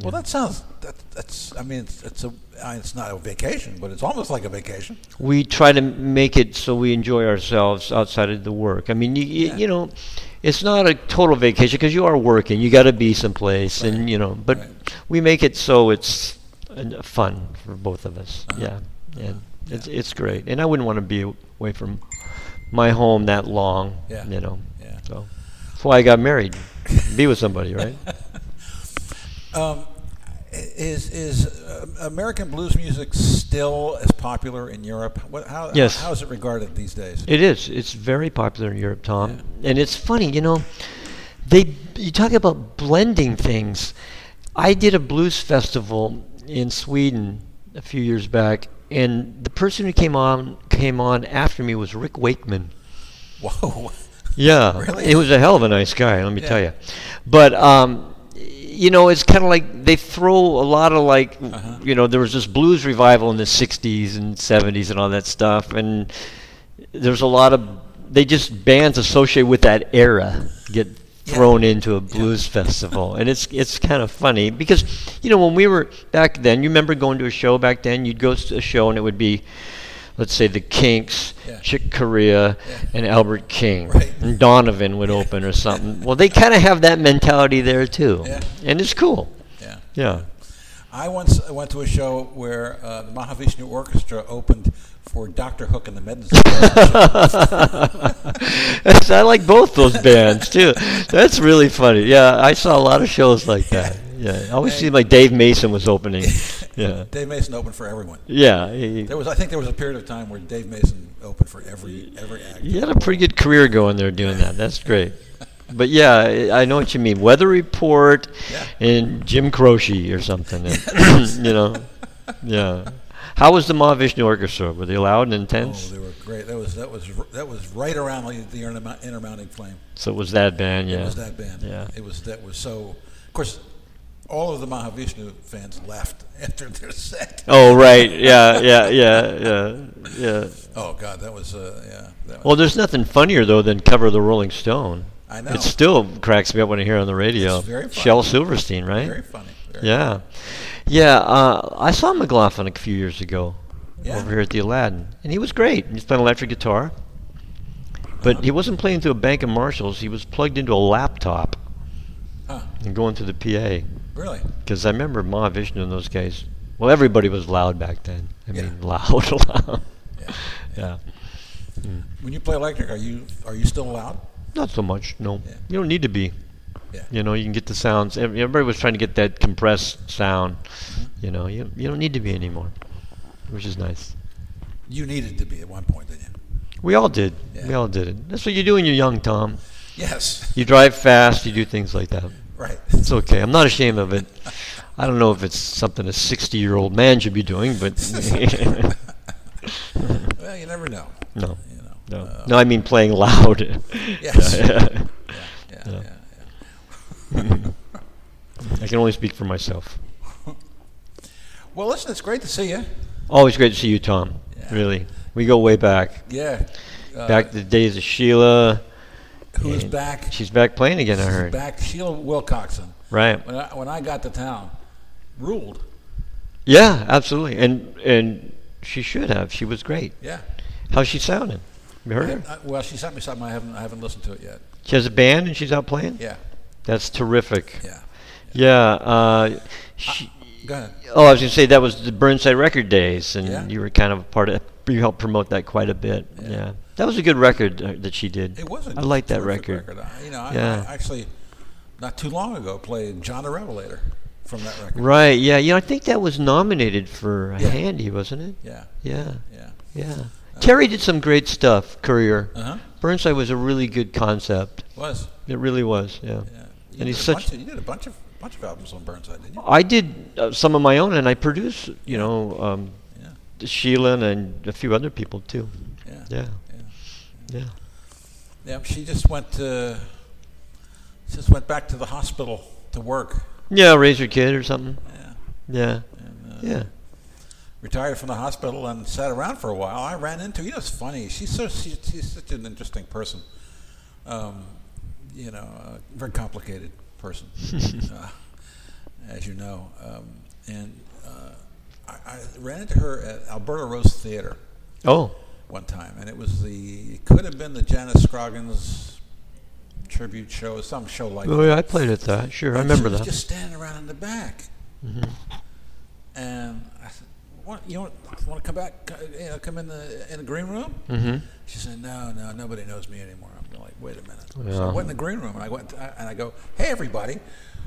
Well, that sounds. That, that's. I mean, it's, it's a. I- It's not a vacation, but it's almost like a vacation. we try to make it so we enjoy ourselves outside of the work. I mean, you, you, you know, it's not a total vacation because you are working. You got to be someplace, and you know. But Right. we make it so it's uh, fun for both of us. Uh-huh. Yeah, and it's it's great. And I wouldn't want to be away from my home that long. Yeah. you know. Yeah. So that's why I got married. be with somebody, right? Um, Is is uh, American blues music still as popular in Europe? What, how, Yes. how is it regarded these days? It is. It's very popular in Europe, Tom. And it's funny, you know, they you talk about blending things. I did a blues festival in Sweden a few years back, and the person who came on came on after me was Rick Wakeman. (laughs) Whoa. Yeah, Really? it was a hell of a nice guy. Let me Yeah. tell you, but um, you know, it's kind of like they throw a lot of like, Uh-huh. you know, there was this blues revival in the '60s and '70s and all that stuff, and there's a lot of they just bands associated with that era get thrown into a blues festival, and it's it's kind of funny because you know when we were back then, you remember going to a show back then, you'd go to a show and it would be. Let's say the Kinks, Yeah. Chick Corea, and Albert King. Right. And Donovan would open or something. Well, they kind of have that mentality there too, Yeah. and it's cool. Yeah. (laughs) Yeah. I once went to a show where uh, the Mahavishnu Orchestra opened for Doctor Hook and the Medicine. I like both those bands too. That's really funny. Yeah, I saw a lot of shows like that. Yeah, it always seemed like Dave Mason was (laughs) opening. (laughs) Yeah, Dave Mason opened for everyone. yeah. He, There was, I think, there was a period of time where Dave Mason opened for every every act. he had a pretty good career going there doing that. That's great. But yeah, I I know what you mean. Weather Report Yeah. and Jim Croce or something. and, (clears throat) you know, yeah. How was the Mahavishnu Orchestra? Were they loud and Oh, intense? they were great. That was that was that was right around the, the Inter- Intermounting Flame. So it was that band, yeah. It was that band. Yeah. It was that was so. Of course, all of the Mahavishnu fans left (laughs) after their set. Oh right, yeah, yeah, yeah, yeah, yeah. Oh God, that was uh, yeah. That Well, was, there's nothing funnier though than cover the Rolling Stone. I know. It still cracks me up when I hear it on the radio. It's very funny. Shel Silverstein, right? very funny. Very yeah, yeah. Uh, I saw McLaughlin a few years ago Yeah. over here at the Aladdin, and he was great. He's playing electric guitar, but he wasn't playing through a bank of Marshalls. He was plugged into a laptop Huh, and going through the PA. really? Because I remember Mahavishnu and those guys. Well, everybody was loud back then. I Yeah. mean, loud, (laughs) loud. Yeah. Yeah. When you play electric, are you are you still loud? Not so much. No, Yeah. you don't need to be. Yeah. You know, you can get the sounds. ev- Everybody was trying to get that compressed sound. Mm-hmm. You know, you you don't need to be anymore, which is nice. You needed to be at one point, didn't you? We all did. We Yeah. all did it. That's what you do when you're young, Tom. Yes. (laughs) You drive fast. You do things like that. Right. It's okay. I'm not ashamed of it. I don't know if it's something a 60 year old man should be doing, but (laughs) Well, you never know. no. You know. No. Uh, no, I mean playing loud. (laughs) Yes. Yeah. yeah, no. yeah, yeah. I can only speak for myself. Well, listen, it's great to see you. Always great to see you, Tom. Yeah. Really. We go way back. Yeah. Uh, Back to the days of Sheila. Who's and back? She's back playing again, I She's heard. back. Sheila Wilcoxon. Right. When I, when I got to town, ruled. Yeah, absolutely. And and she should have. She was great. Yeah. How's she sounding? You heard her? I, well, she sent me something. I haven't I haven't listened to it yet. She has a band and she's out playing? Yeah. That's terrific. Yeah. Yeah. uh, she, Go ahead. Oh, I was going to say that was the Burnside Record days, and Yeah. you were kind of a part of. You helped promote that quite a bit. Yeah, that was a good record uh, that she did. It wasn't. I like that terrific record. I, you know, I, Yeah. I actually not too long ago played John the Revelator from that record. Right? Yeah. You know, I think that was nominated for a Yeah. Uh, Handy, wasn't it? Yeah. Yeah. Yeah. Yeah. Terry did some great stuff. Courier. Uh-huh. Burnside was a really good concept. Was. It really was. Yeah. Yeah. You And he's did a such. bunch of- you did a bunch of bunch of albums on Burnside, didn't you? I did uh, some of my own, and I produced. You know, um, Yeah. Sheila and a few other people too. Yeah. Yeah. Yeah. Yeah. Yeah, she just went to, just went back to the hospital to work. Yeah, raise your kid or something. Yeah. Yeah. And, uh, Yeah. Retired from the hospital and sat around for a while. I ran into. You know, it's funny. She's so she, she's such an interesting person. Um, you know, a very complicated person, uh, as you know. Um, and uh, I, I ran into her at Alberta Rose Theater Oh. one time, and it was the it could have been the Janis Scroggins tribute show, some show like Oh, yeah, I played at that. Sure, I and remember she was that. Mm-hmm. Just standing around in the back, and I said, "What you want, want to come back? co- You know, come in the in the green room?" Mm-hmm. She said, "No, no, nobody knows me anymore." I'm like, "Wait a minute." So Yeah. I went in the green room, and I went and I go, "Hey, everybody,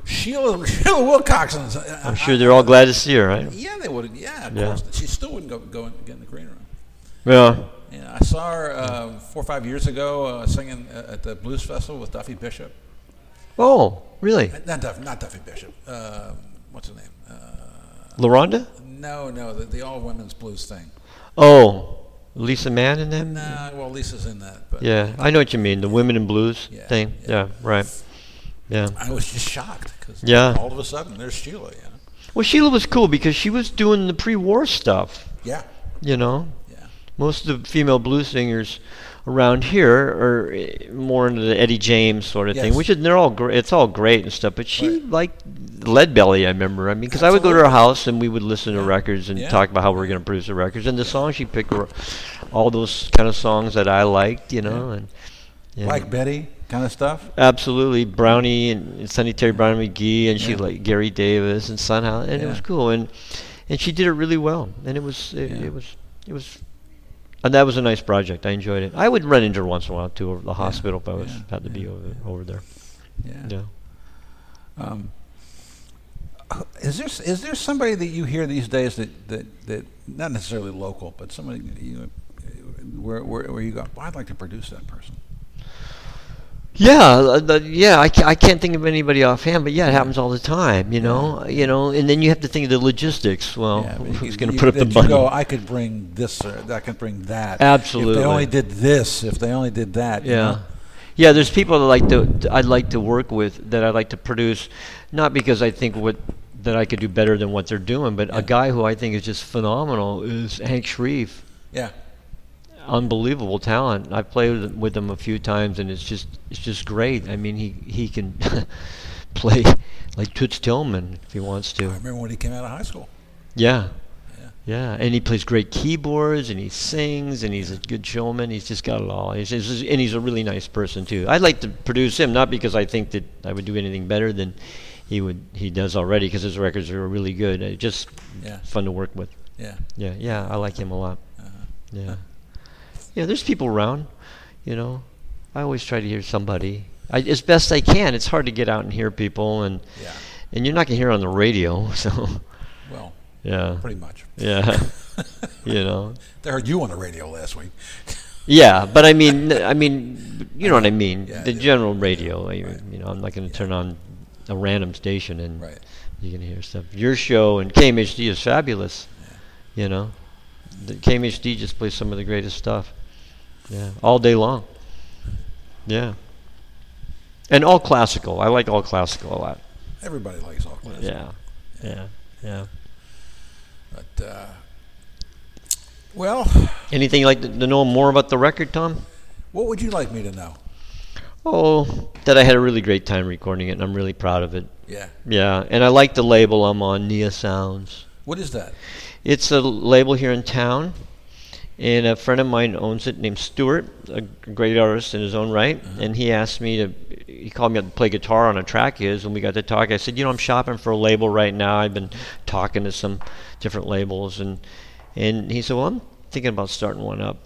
Sheila (laughs) Sheila Wilcoxon's." I'm sure they're all glad to see her, right? uh, Yeah, they would. Yeah, of Yeah. course. She still wouldn't go go in, get in the green room. Yeah. Yeah, I saw her Mm-hmm. uh, four or five years ago uh, singing uh, at the blues festival with Duffy Bishop. Oh, really? Uh, Not Duffy, not Duffy Bishop. Um what's her name? Uh, LaRonda? no, no, the, the all women's blues thing. Oh, Lisa Mann and them? Nah, well, Lisa's in that, but Yeah, I know what you mean. The women in blues Yeah, thing. yeah. Yeah. right. Yeah. I was just shocked because Yeah. all of a sudden there's Sheila. You know? Well, Sheila was cool because she was doing the pre-war stuff. Yeah, You know, yeah, most of the female blues singers around here are eh, more into the Eddie James sort of thing, Yes. which is they're all gr- it's all great and stuff. But she Right. liked Leadbelly, I remember. I mean, because I would go to her Absolutely. house and we would listen to Yeah. records and Yeah. talk about how we were going to produce the records. And the songs she picked were all those kind of songs that I liked, you know, and. yeah. like Betty kind of stuff. Absolutely, Brownie and Sunny Terry Brown McGee, and she Yeah. like Gary Davis and Sunhouse, and it was Yeah. cool, and and she did it really well, and it was it, Yeah. it was it was, and that was a nice project. I enjoyed it. I would run into her once in a while too over the hospital if I was Yeah. had to be over over there. Yeah. Yeah. Um, is there is there somebody that you hear these days that that, that not necessarily local, but somebody you know, where, where where you go? Well, I'd like to produce that person. Yeah, uh, the, yeah. I, ca- I can't think of anybody offhand, but yeah, it happens all the time. You know, you know, and then you have to think of the logistics. Well, Yeah, but (laughs) you who's going to could- Oh, you- put up the that you money? go, I could bring this or I could bring that. If Absolutely. they only did this, if they only did that. you Yeah. know? Yeah, there's people that like to I'd like to work with that I'd like to produce, not because I think what that I could do better than what they're doing, but Yeah. a guy who I think is just phenomenal is Hank Shreve. Yeah. Unbelievable talent. I've played with him a few times, and it's just it's just great. I mean, he he can (laughs) play like Toots Tillman if he wants I to. remember when he came out of high school. Yeah. Yeah. Yeah, and he plays great keyboards, and he sings, and he's a good showman. He's just got it all. He's, he's just- and he's a really nice person too. I'd like to produce him, not because I think that I would do anything better than he would he does already, because his records are really good. Uh, just Yeah. fun to work with. Yeah. Yeah, yeah, I like him a lot. Uh-huh. Yeah, yeah. There's people around, you know. I always try to hear somebody I, as best I can. It's hard to get out and hear people, and Yeah. and you're not gonna hear on the radio, (laughs) so Well, yeah, pretty much. (laughs) yeah, (laughs) you know. They heard you on the radio last week. Yeah, but I (laughs) mean, I mean, you know what I mean. Yeah, the yeah, general radio, yeah, I- right. you know, I'm not going to turn on a random station and Right. you're going to hear stuff. Your show and KMHD is fabulous. You know, the KMHD just plays some of the greatest stuff. Yeah, all day long. Yeah, and all classical. I like all classical a lot. Everybody likes all classic. Yeah, yeah, yeah. But, uh, well, Anything you'd like to, to know more about the record, Tom? what would you like me to know? Oh, that I had a really great time recording it, and I'm really proud of it. Yeah. Yeah, and I like the label I'm on, Nia Sounds. What is that? It's a label here in town, and a friend of mine owns it named Stuart, a great artist in his own right. And he asked me to, he called me up to play guitar on a track of his, and we got to talk. I said, you know, I'm shopping for a label right now. I've been talking to some different labels, and and he said, well, I'm thinking about starting one up,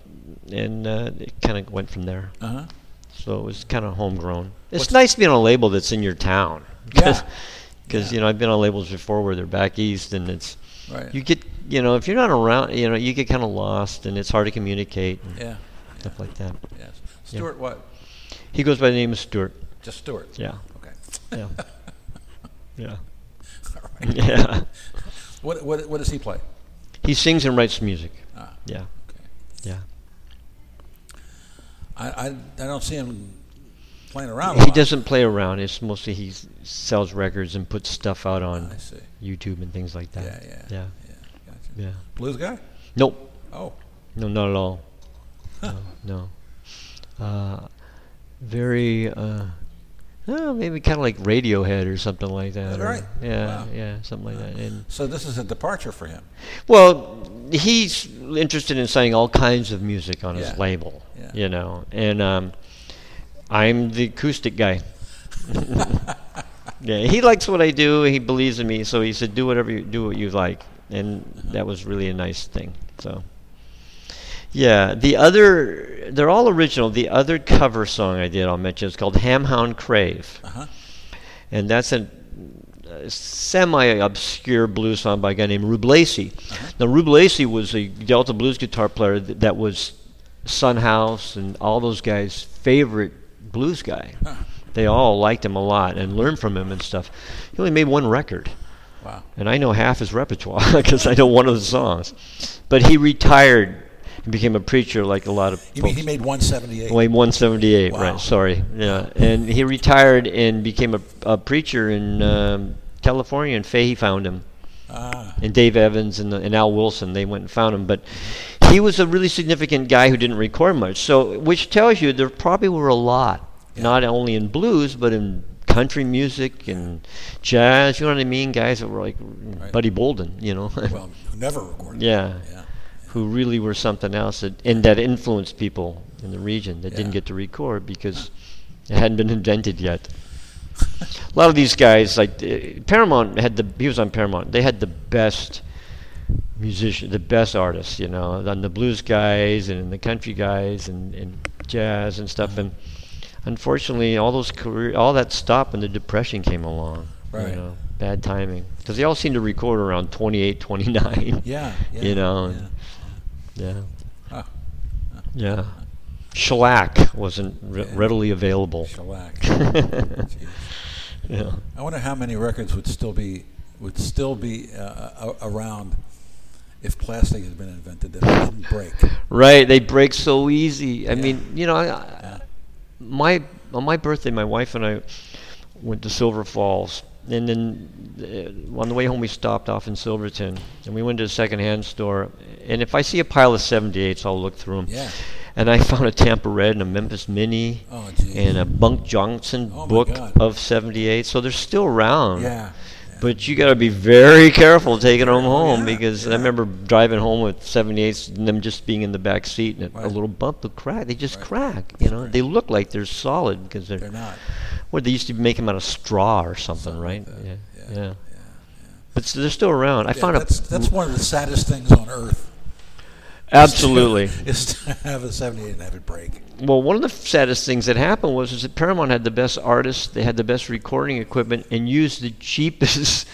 and uh, it kind of went from there. Uh huh. So it was kind of homegrown. It's What's- nice to be on a label that's in your town. (laughs) Yeah. Because Yeah. you know I've been on labels before where they're back east, and it's Right. you get you know if you're not around, you know you get kind of lost, and it's hard to communicate and yeah. stuff like that. Yes. Stuart, what? He goes by the name of Stuart. Just Stuart. Yeah. Okay. Yeah. yeah. (laughs) All right. Yeah. What, what, what does he play? He sings and writes music. Ah, Yeah. okay. Yeah. I, I, I don't see him playing around. a He lot. doesn't play around. It's mostly he s- sells records and puts stuff out on I see. YouTube and things like that. Yeah, yeah, Yeah. yeah. Gotcha. Yeah. Blues guy? Nope. Oh, No, not at all. No. no. Uh, very. Uh, oh, maybe kind of like Radiohead or something like that. That's or- right. Yeah, Wow. yeah, something like that. And so this is a departure for him. (laughs) Well, he's interested in signing all kinds of music on Yeah. his label, Yeah. you know, and um, I'm the acoustic guy. yeah, he likes what I do. He believes in me, so he said, "Do whatever you do, what you like," and that was really a nice thing. So, yeah, the other they're all original. The other cover song I did, I'll mention, is called "Ham Hound Crave." Uh-huh. and that's a semi-obscure blues song by a guy named Rube Lacey. Now, Rube Lacey was a Delta blues guitar player th- that was Sunhouse and all those guys' favorite blues guy. Huh. They all liked him a lot and learned from him and stuff. He only made one record Wow. and I know half his repertoire (laughs) because I know one of the songs. But he retired and became a preacher, like a lot of You mean folks. he made 178? Well, 178, Wow. right? Sorry, yeah. And he retired and became a, a preacher in um, California, and Fahey found him, Ah, and Dave Evans and, the, and Al Wilson. They went and found him, but he was a really significant guy who didn't record much. So, which tells you there probably were a lot, Yeah. not only in blues but in country music and jazz. You know what I mean? Guys that were like Right. Buddy Bolden, you know? well, who never (laughs) recorded. yeah Yeah. (laughs) who really were something else that, and that influenced people in the region that Yeah. didn't get to record because it hadn't been invented yet. A lot of these guys, like uh, Paramount, had the he was on Paramount. They had the best musician, the best artists, you know, on the blues guys and the country guys and, and jazz and stuff. And unfortunately, all those career, all that stopped when the depression came along. Right. You know, bad timing because they all seemed to record around 28, 29. Yeah. yeah You know, Yeah. and- (laughs) Yeah. Huh. Yeah. Shellac wasn't re- Yeah. readily available. (laughs) Shellac. Jeez. yeah. I wonder how many records would still be would still be uh, a- around if plastic had been invented that it didn't break. Right. They break so easy. I Yeah. mean, you know, I, I, my on my birthday, my wife and I went to Silver Falls, and then uh, on the way home we stopped off in Silverton, and we went to a secondhand store. And if I see a pile of '78s, I'll look through them. Yeah. And I (laughs) found a Tampa Red and a Memphis Mini. Oh, geez. and a Bunk Johnson Oh my book God. of '78, so they're still around. yeah. But you got to be very (laughs) careful taking them home yeah, because I yeah. remember driving home with 78s and them just being in the back seat and Right. a little bump would crack. They just Right. crack. You know, Right. they look like they're solid because they're, They're not. Well, they used to make them out of straw or something, Something right? like that. yeah. Yeah, yeah. But s they're still around. I Yeah, found that's, a that's one of the saddest things on earth. absolutely. (laughs) is to have a 78 and have it break. well, one of the saddest things that happened was is that Paramount had the best artists, they had the best recording equipment, and used the (laughs) cheapest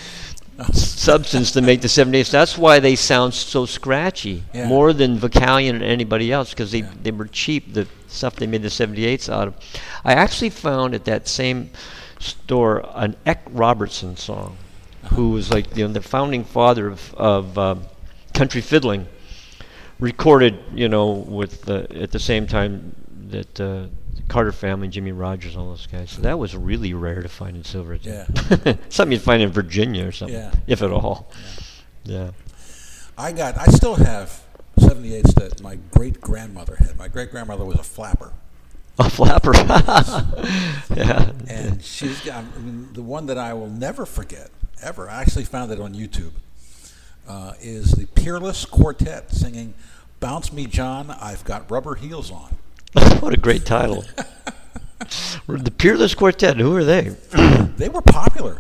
substance to make the seven days. That's why they sound so scratchy, Yeah. more than Vocalion and anybody else, because they, Yeah. they were cheap. The stuff they made the 78s out of. I actually found at that same store an Eck Robertson song, who was like you know, the founding father of, of um, country fiddling recorded, you know, with the, at the same time that uh, the Carter family, Jimmy Rogers, all those guys. So that was really rare to find in Silverton. Yeah. (laughs) something you'd find in Virginia or something, Yeah. if at all. Yeah. (laughs) I got. I still have 78s that my great grandmother had. My great grandmother was a flapper, A flapper. (laughs) yeah. and she's. got- I mean, the one that I will never forget ever. I actually found it on YouTube. Uh, is the Peerless Quartet singing "Bounce Me, John"? I've got rubber heels on. (laughs) what a great title. (laughs) the Peerless Quartet, who are they? They were popular.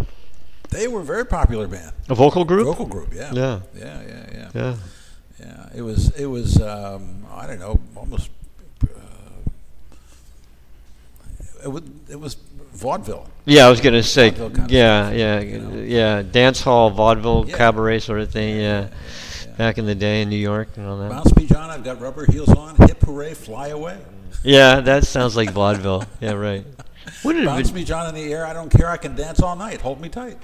They were a very popular band, A vocal group? vocal group. Yeah. Yeah. Yeah. Yeah. Yeah. Yeah. Yeah, it was it was um, I don't know almost uh, it was it was vaudeville. Yeah, I was gonna say, Vaudeville kind of yeah, yeah, know? yeah, dance hall, vaudeville, Yeah. cabaret sort of thing. Yeah, yeah. back in the day in New York and all that. Bounce me, John. (laughs) I've got rubber heels on. Hip hooray, fly away. (laughs) Yeah, that sounds like vaudeville. yeah, right. Would it have Bounce been, me, John, in the air. I don't care. I can dance all night. Hold (laughs) me tight.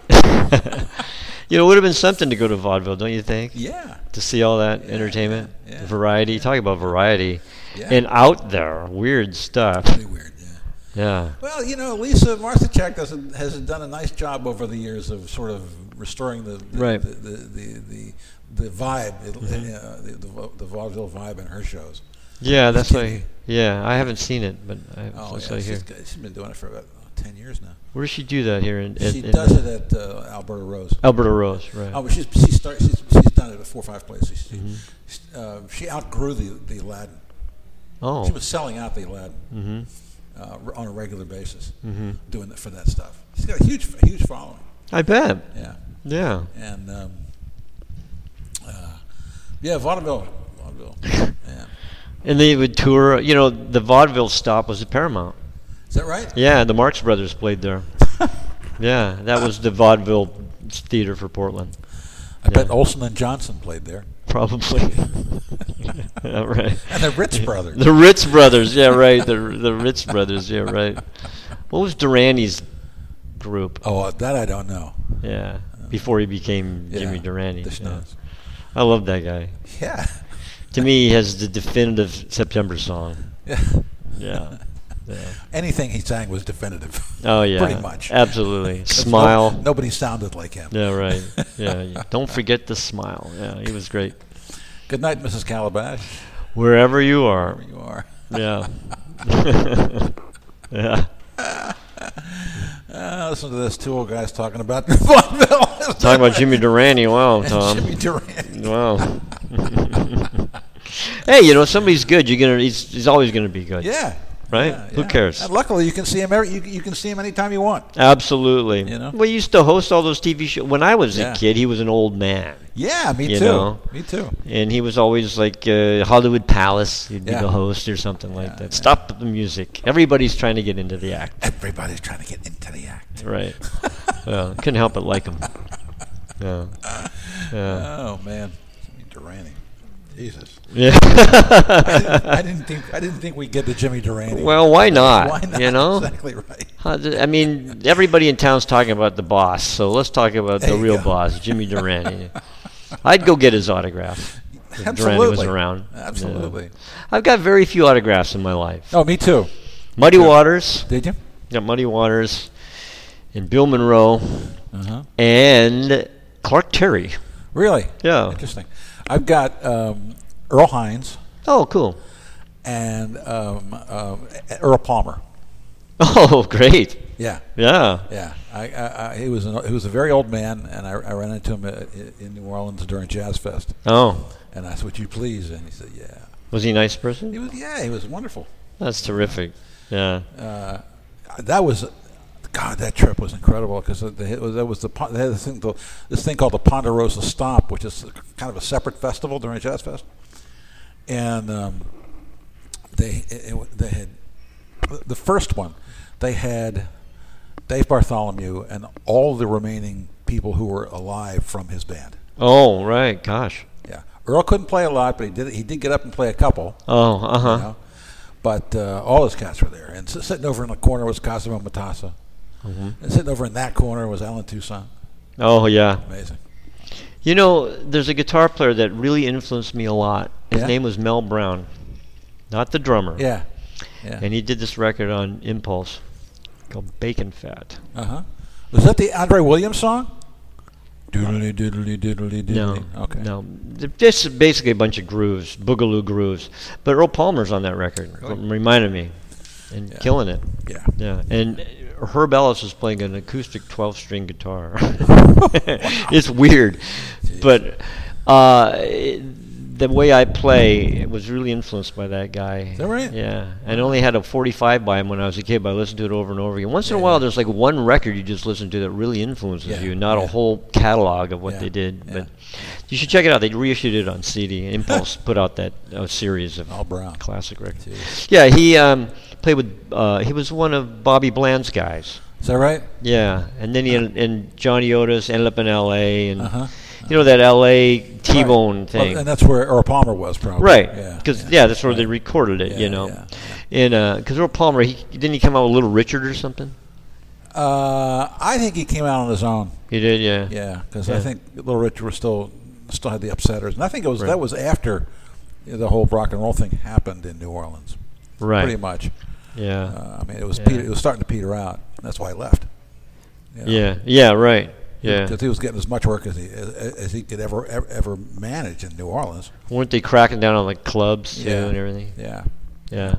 you know, it would have been something to go to vaudeville, don't you think? Yeah. To see all that entertainment, yeah, variety. Talk about variety, Yeah. and out there, weird stuff. Pretty weird. Yeah. Yeah. Well, you know, Lisa Marcichak has, has done a nice job over the years of sort of restoring the the Right. Mm-hmm. the, the, the, the, the vibe, it- uh, the, the, vo- the vaudeville vibe in her shows. Yeah, that's kidding. why. Yeah, I haven't seen it, but I, Oh, that's what yeah, I hear. she's, good. she's been doing it for about oh, ten years now. Where does she do that here? In, in, she in does it at uh, Alberta Rose. Alberta Rose, right? Oh, but she's she's, start, she's she's done it at four or five places. She, Mm-hmm. she, uh, she outgrew the the Aladdin. Oh, Mm-hmm. She was selling out the Aladdin uh, r- on a regular basis, doing that for that stuff. She's got a huge huge following. I bet. Yeah. Yeah. and um, uh, yeah, vaudeville, (laughs) vaudeville. yeah, And they would tour. You know, the vaudeville stop was at Paramount. is that right? Yeah, the Marx Brothers played (laughs) there. yeah, that was the vaudeville theater for Portland, I bet Olson and Johnson played (laughs) there, (laughs) probably. Yeah, right. and the Ritz brothers. The Ritz Brothers. Yeah, right. The the Ritz Brothers. Yeah, right. What was Durante's group? oh, uh, that I don't know. Yeah, before he became Jimmy Yeah, Durante. The yeah. Schnoz. I love that guy. Yeah. (laughs) To me, he has the definitive September song. yeah, (laughs) Yeah. yeah. Anything he sang was definitive. Oh yeah. Pretty much. Absolutely. That's no- smile. nobody sounded like him. Yeah, right. Yeah. you- Don't forget the smile. Yeah, he was great. Good night, Mrs. Calabash. Wherever you are. Where you are. (laughs) Yeah. yeah. Uh, listen to this two old guys talking about (laughs) vaudeville. (laughs) Talking about Jimmy Durante. Wow, Tom. Jimmy Durant. Wow. (laughs) hey, you know somebody's good. You're gonna. He's, he's always gonna be good. Yeah. Right? Yeah, Who yeah. cares? And luckily, you can see him. Every, you, you can see him anytime you want. Absolutely. You know? We used to host all those TV shows. When I was Yeah. a kid, he was an old man. Yeah, me You too. know? Me too. And he was always like uh, Hollywood Palace. He'd be Yeah. the host or something like Yeah, that. yeah. Stop the music. Everybody's trying to get into the act. Everybody's trying to get into the act. (laughs) Right. well, couldn't help but like him. Yeah. Yeah. Oh man, Jimmy Durante. Jesus, yeah. (laughs) I didn't think I didn't think we'd get to Jimmy Durante. well, why not? (laughs) Why not? You know? exactly right. Huh, th- I mean, everybody in town's talking about the boss, so let's talk about There the you real go. boss, (laughs) Jimmy Durante. I'd go get his autograph. if Durante was Absolutely. around. Yeah. Absolutely. I've got very few autographs in my life. Oh, me too. Muddy Waters. Did you? Got Muddy Waters and Bill Monroe Uh huh. and Clark Terry. Really? Yeah. Interesting. I've got um, Earl Hines Oh, cool. (laughs) and um, uh, Earl Palmer. Oh, great. Yeah. Yeah. Yeah, I, I, I, he was an, he was a very old man, and I, I ran into him uh, i- in New Orleans during Jazz Fest, Oh, and I said, "Would you please?" And he said, "Yeah." was he a nice He person? was yeah, he was wonderful. That's terrific. Yeah. uh, that was God. That trip was incredible because that was the pon- they had this thing, the, this thing called the Ponderosa Stomp, which is kind of a separate festival during Jazz Fest, and um, they it, it, they had the first one. They had Dave Bartholomew and all the remaining people who were alive from his band. Oh, right. Gosh. Yeah, Earl couldn't play a lot, but he did he did get up and play a couple Oh, uh huh. you know. But uh, all his cats were there, and s- sitting over in the corner was Cosimo Matassa, Mm-hmm. and sitting over in that corner was Alan Toussaint. Oh, yeah. Amazing. You know, there's a guitar player that really influenced me a lot. His Yeah? name was Mel Brown, not the drummer. Yeah. Yeah. And he did this record on Impulse called Bacon Fat. Uh huh. Was that the Andre Williams song? Doodly doodly doodly No, doodly. Okay. no, Th- this is basically a bunch of grooves, boogaloo grooves. But Earl Palmer's on that record. what Reminded me, and Yeah. killing it. Yeah. Yeah, and uh, Herb Ellis was playing an acoustic 12 string (laughs) guitar. it's weird. But uh, it- the way I play was really influenced by that guy. Is that right? Yeah. And I only had a 45 by him when I was a kid, but I listened to it over and over again. Once in a while, there's like one record you just listen to that really influences Yeah, you, not yeah. a whole catalog of what Yeah, they did. yeah. But you should check it out. They reissued it on CD. Impulse put out that uh, series of All brown. classic records. Jeez. Yeah, he um, played with. Uh, he was one of Bobby Bland's guys. Is that right? Yeah, and then he ended, and Johnny Otis ended up in L.A. and Uh-huh. you know that L.A. T-bone Well, thing. and that's where Earl Palmer was, probably. Right, Yeah. because yeah, that's where they recorded it, Yeah, you know, yeah, and because Earl Palmer, he didn't he come out with Little Richard or something? Uh, I think he came out on his own. He did, yeah. Yeah, because I Yeah. think Little Richard was still still had the upsetters, and I think it was that was after the whole rock and roll thing happened in New Orleans. Right. Pretty much. Yeah. Uh, I mean, it was Yeah. peter, it was starting to peter out. That's why he left. You know, yeah. Yeah. Right. Yeah. Because he was getting as much work as he as, as he could ever, ever ever manage in New Orleans. Weren't they cracking down on the clubs too Yeah. and everything? Yeah. Yeah.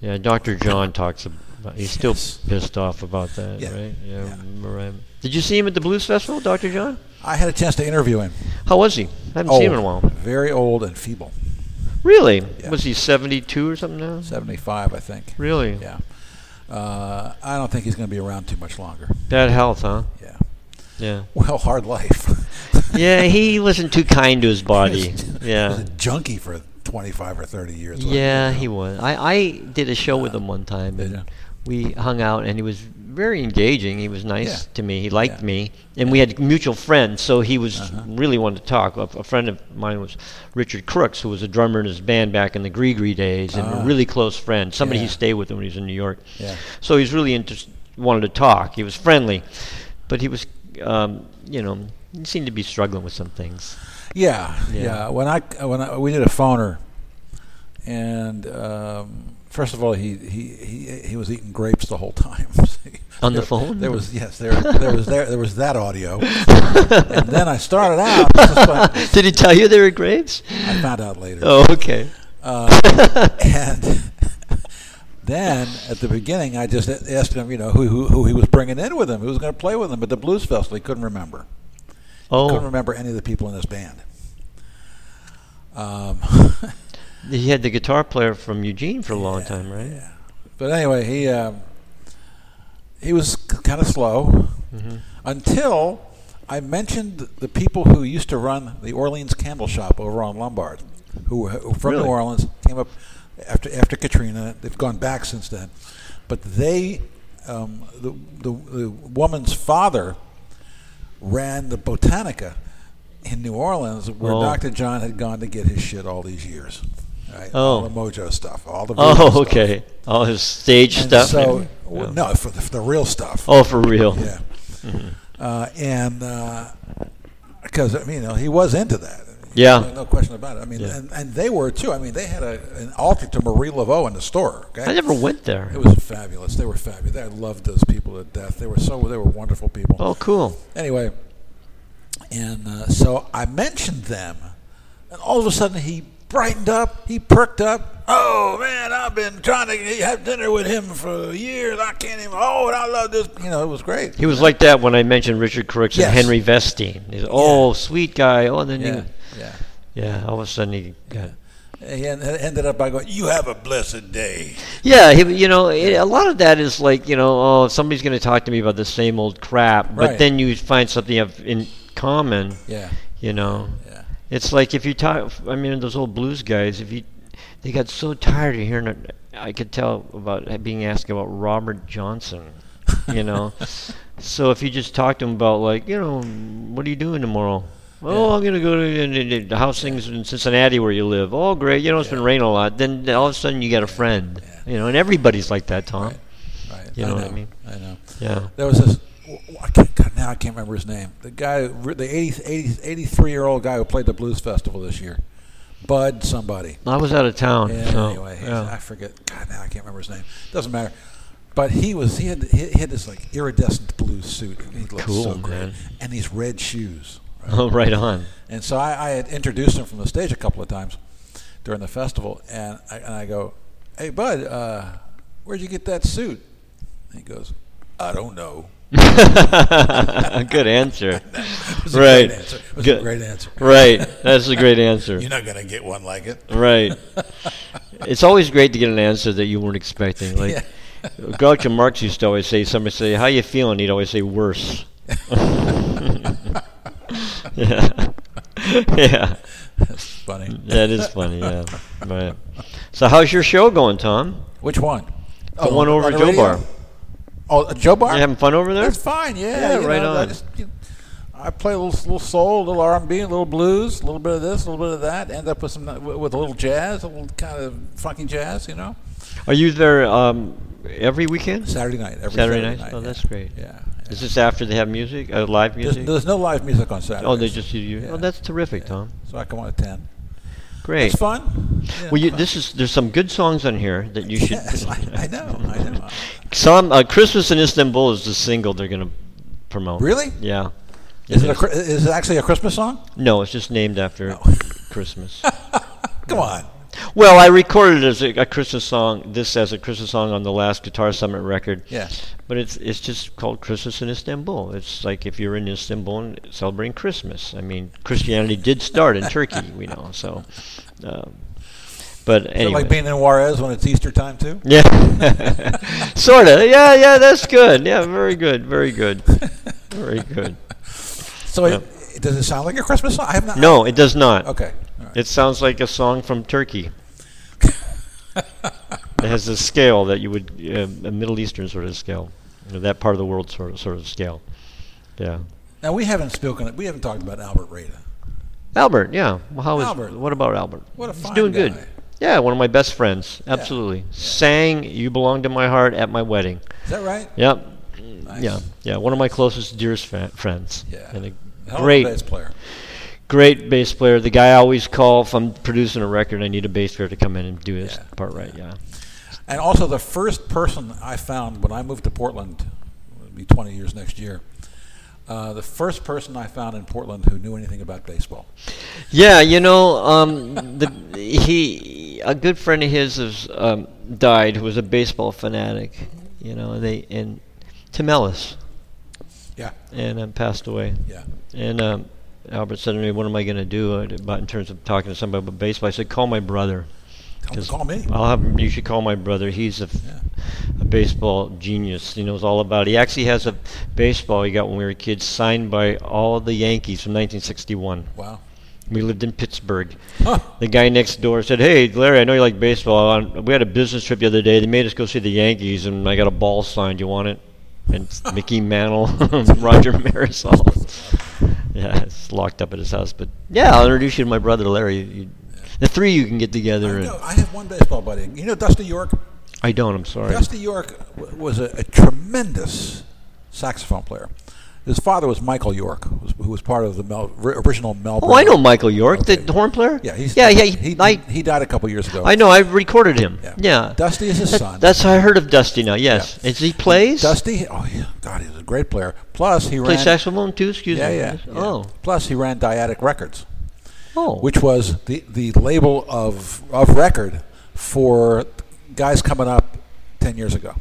Yeah. Dr. John talks about. He's still Yes. pissed off about that, Yeah. right? Yeah, Yeah. remember Right. Did you see him at the Blues Festival, Dr. John? I had a chance to interview him. How was he? I haven't seen him in a Old. while. Very old and feeble. Really? Oh. Yeah. Was he 72 or something now? 75, I think. Really? Yeah. Uh, I don't think he's going to be around too much longer. Bad health, huh? Yeah. (laughs) Yeah. Well, hard life. Yeah, (laughs) he wasn't too kind to his body. was Yeah. a junkie for 25 or 30 years. wasn't Yeah, he? he was. I, I did a show with him one time, Did and ya? we hung out, and he was very engaging. He was nice Yeah. to me. He liked Yeah. me, and we had mutual friends, so he was Uh-huh. really wanted to talk. A, a friend of mine was Richard Crooks, who was a drummer in his band back in the Gree Gree days, and Ah. a really close friend. Somebody he Yeah. stayed with when he was in New York. Yeah. So he was really interested, wanted to talk. He was friendly, but he was, um, you know, he seemed to be struggling with some things. Yeah, yeah. Yeah. When I when I, we did a phoner, and um, first of all, he, he he he was eating grapes the whole time (laughs) On the There- phone? There was yes, there there was there there was (laughs) that audio, and then I started out. This is what Did he tell you there were (laughs) grapes? I found out later. Oh, okay. Uh, and (laughs) then at the beginning, I just a- asked him, you know, who who, who he was bringing in with him, who was going to play with him at the blues festival. He couldn't remember. Couldn't Oh, remember any of the people in his band. Um, He had the guitar player from Eugene for a long Yeah, time, right? Yeah. But anyway, he um, he was kind of slow Mm-hmm. until I mentioned the people who used to run the Orleans Candle Shop over on Lombard, who were who from Really? New Orleans, came up after after Katrina. They've gone back since then, but they um, the, the the woman's father ran the Botanica in New Orleans, where Oh. Dr. John had gone to get his shit all these years. Right? All Oh. the mojo stuff, all the voodoo Oh, stuff. okay. All his stage And stuff. So, and- well, yeah. no, for the, for the real stuff. Oh, for real. Yeah. Uh, and because I mean, you know, he was into that. Yeah. No, no question about it. I mean, Yeah. and, and they were too. I mean, they had a, an altar to Marie Laveau in the store. Okay? I never went there. It was fabulous. They were fabulous. I loved those people to death. They were so. They were wonderful people Oh, cool. anyway, and uh, so I mentioned them, and all of a sudden he brightened up, he perked up. Oh man, I've been trying to have dinner with him for years. I can't even. Oh, and I love this. You know, it was great. He was like that when I mentioned Richard Crooks Yes. and Henry Vestine. He's, oh, sweet guy. Oh, and then Yeah, yeah. he, yeah, all of a sudden he got. He en- ended up by going, "You have a blessed day." Yeah, he, you know, it, a lot of that is like, you know, oh, somebody's going to talk to me about the same old crap, but Right. then you find something you have in common, Yeah, you know. yeah, It's like if you talk, I mean, those old blues guys, if you, they got so tired of hearing it. I could tell about being asked about Robert Johnson, you (laughs) know. so if you just talk to him about, like, you know, what are you doing tomorrow? Oh, I'm going to go to and- and- and how's things in Cincinnati where you live? Oh, great. You know, it's been raining a lot. Then all of a sudden you get a friend, you know, and everybody's like that, Tom. Right. right. You know what I mean? I know. Yeah. There was this. I can't, God, now I can't remember his name. The guy, the 80, 80, 83 year old guy who played the blues festival this year, Bud somebody. I was out of town. Yeah, so, anyway, he's- yeah. I forget. God, now I can't remember his name. Doesn't matter. But he was he had he had this like iridescent blue suit. And he looked Cool, so great. man. And these red shoes. right? (laughs) Oh, right on. And so I, I had introduced him from the stage a couple of times during the festival, and I, and I go, "Hey, bud, uh, where'd you get that suit?" And he goes, "I don't know." (laughs) Good (laughs) answer. It was a Right. Great answer. It was a Good. great answer. Right. (laughs) That's a great answer. You're not gonna get one like it. (laughs) Right. it's always great to get an answer that you weren't (laughs) expecting. Like Yeah. Groucho Marx used to always say, somebody say, "How you feeling?" He'd always say, (laughs) "Worse." yeah. (laughs) yeah. That's funny. That is funny. Yeah. Right. So, how's your show going, Tom? Which one? The one over Oh, on at Joe radio? Bar. Oh, uh, Joe Bar. You having fun over there? That's fine. Yeah, Yeah, you right know, I on. just- you- I, I play a little, little soul, a little R&B, a little blues, a little bit of this, a little bit of that. End up with some with a little jazz, a little kind of funky jazz, you know. Are you there um, every weekend? Saturday night, every Saturday Saturday, nights? night. Oh, yeah. that's great. Yeah. Is this after they have music, uh, live There's, music? there's no live music on Saturday. oh, they just you. you- Oh, that's terrific, Tom. So I come on at ten. Great. It's fun. Yeah, Well, you, fun. this is there's some good songs on here that (laughs) you should. (laughs) Yes, I, I know. I know. Some uh, Christmas in Istanbul is the single they're going to promote. Really? Yeah. Is it, a, is. Chri- is it actually a Christmas song? (laughs) No, it's just named after No. (laughs) Christmas. Come on. Well, I recorded it as a, a Christmas song. This as a Christmas song on the last Guitar Summit record. Yeah. But it's it's just called Christmas in Istanbul. It's like if you're in Istanbul and celebrating Christmas. I mean, Christianity did start in Turkey, we know. So, um, but Is it anyway. Like being in Juarez when it's Easter time too. (laughs) yeah, (laughs) sort of. Yeah, yeah, that's good. Yeah, very good, very good, (laughs) very good. So it, it- does it sound like a Christmas song? I have (laughs) not. No, it does not. Okay. All right. It sounds like a song from Turkey. it has a scale that you would uh, a Middle Eastern sort of scale, you know, that part of the world sort of sort of scale. Yeah, Now we haven't spoken. We haven't talked about Albert Rada. Albert. Yeah. Well, how is Albert. what about Albert? What a He's fine doing guy. good. Yeah, one of my best friends. Absolutely. Sang "You Belong to My Heart" at my wedding. Is that right? Yep. Nice. Yeah, yeah. One of my closest, dearest fa- friends. Yeah. And a Hell of a great, bass player. great bass player. The guy I always call if I'm producing a record. I need a bass player to come in and do this Yeah, part right. Yeah. And also the first person I found when I moved to Portland, it'll be 20 years next year. Uh, the first person I found in Portland who knew anything about baseball. Yeah, you know, um, the, he a good friend of his has um, died who was a baseball fanatic. You know, they and Tim Ellis Yeah. and um, passed away. Yeah. And um, Albert said to me, "What am I going to do about in terms of talking to somebody about baseball?" I said, "Call my brother." Call, 'Cause call me. I'll have you should call my brother. He's a, f- a baseball genius. He knows all about. It. He actually has a baseball he got when we were kids, signed by all the Yankees from 1961. Wow. We lived in Pittsburgh. Huh. The guy next door said, "Hey, Larry, I know you like baseball. On- We had a business trip the other day. They made us go see the Yankees, and I got a ball signed. You want it?" (laughs) And it's Mickey Mantle, (laughs) Roger (laughs) Marisol. yeah, it's locked up at his house. But yeah, I'll introduce you to my brother Larry. You, the three of you can get together. I, and know, I have one baseball buddy. You know Dusty York? I don't. I'm sorry. Dusty York w- was a, a tremendous saxophone player. His father was Michael York, who was, who was part of the Mel, ri- original Melbourne. Oh, I know Michael York, Okay. the horn player. Yeah, he's, yeah, yeah. He, He, I, he died a couple years ago. I know. I recorded him. Yeah. Dusty is his That- son. That's how I heard of Dusty now. Yes, Yeah. is he plays? Dusty, oh yeah, God, he was a great player. Plus, he Play ran. saxophone too. Excuse yeah, me. yeah, yeah. Oh. Plus, he ran Dyadic Records, Oh. which was the the label of of record for guys coming up ten years ago.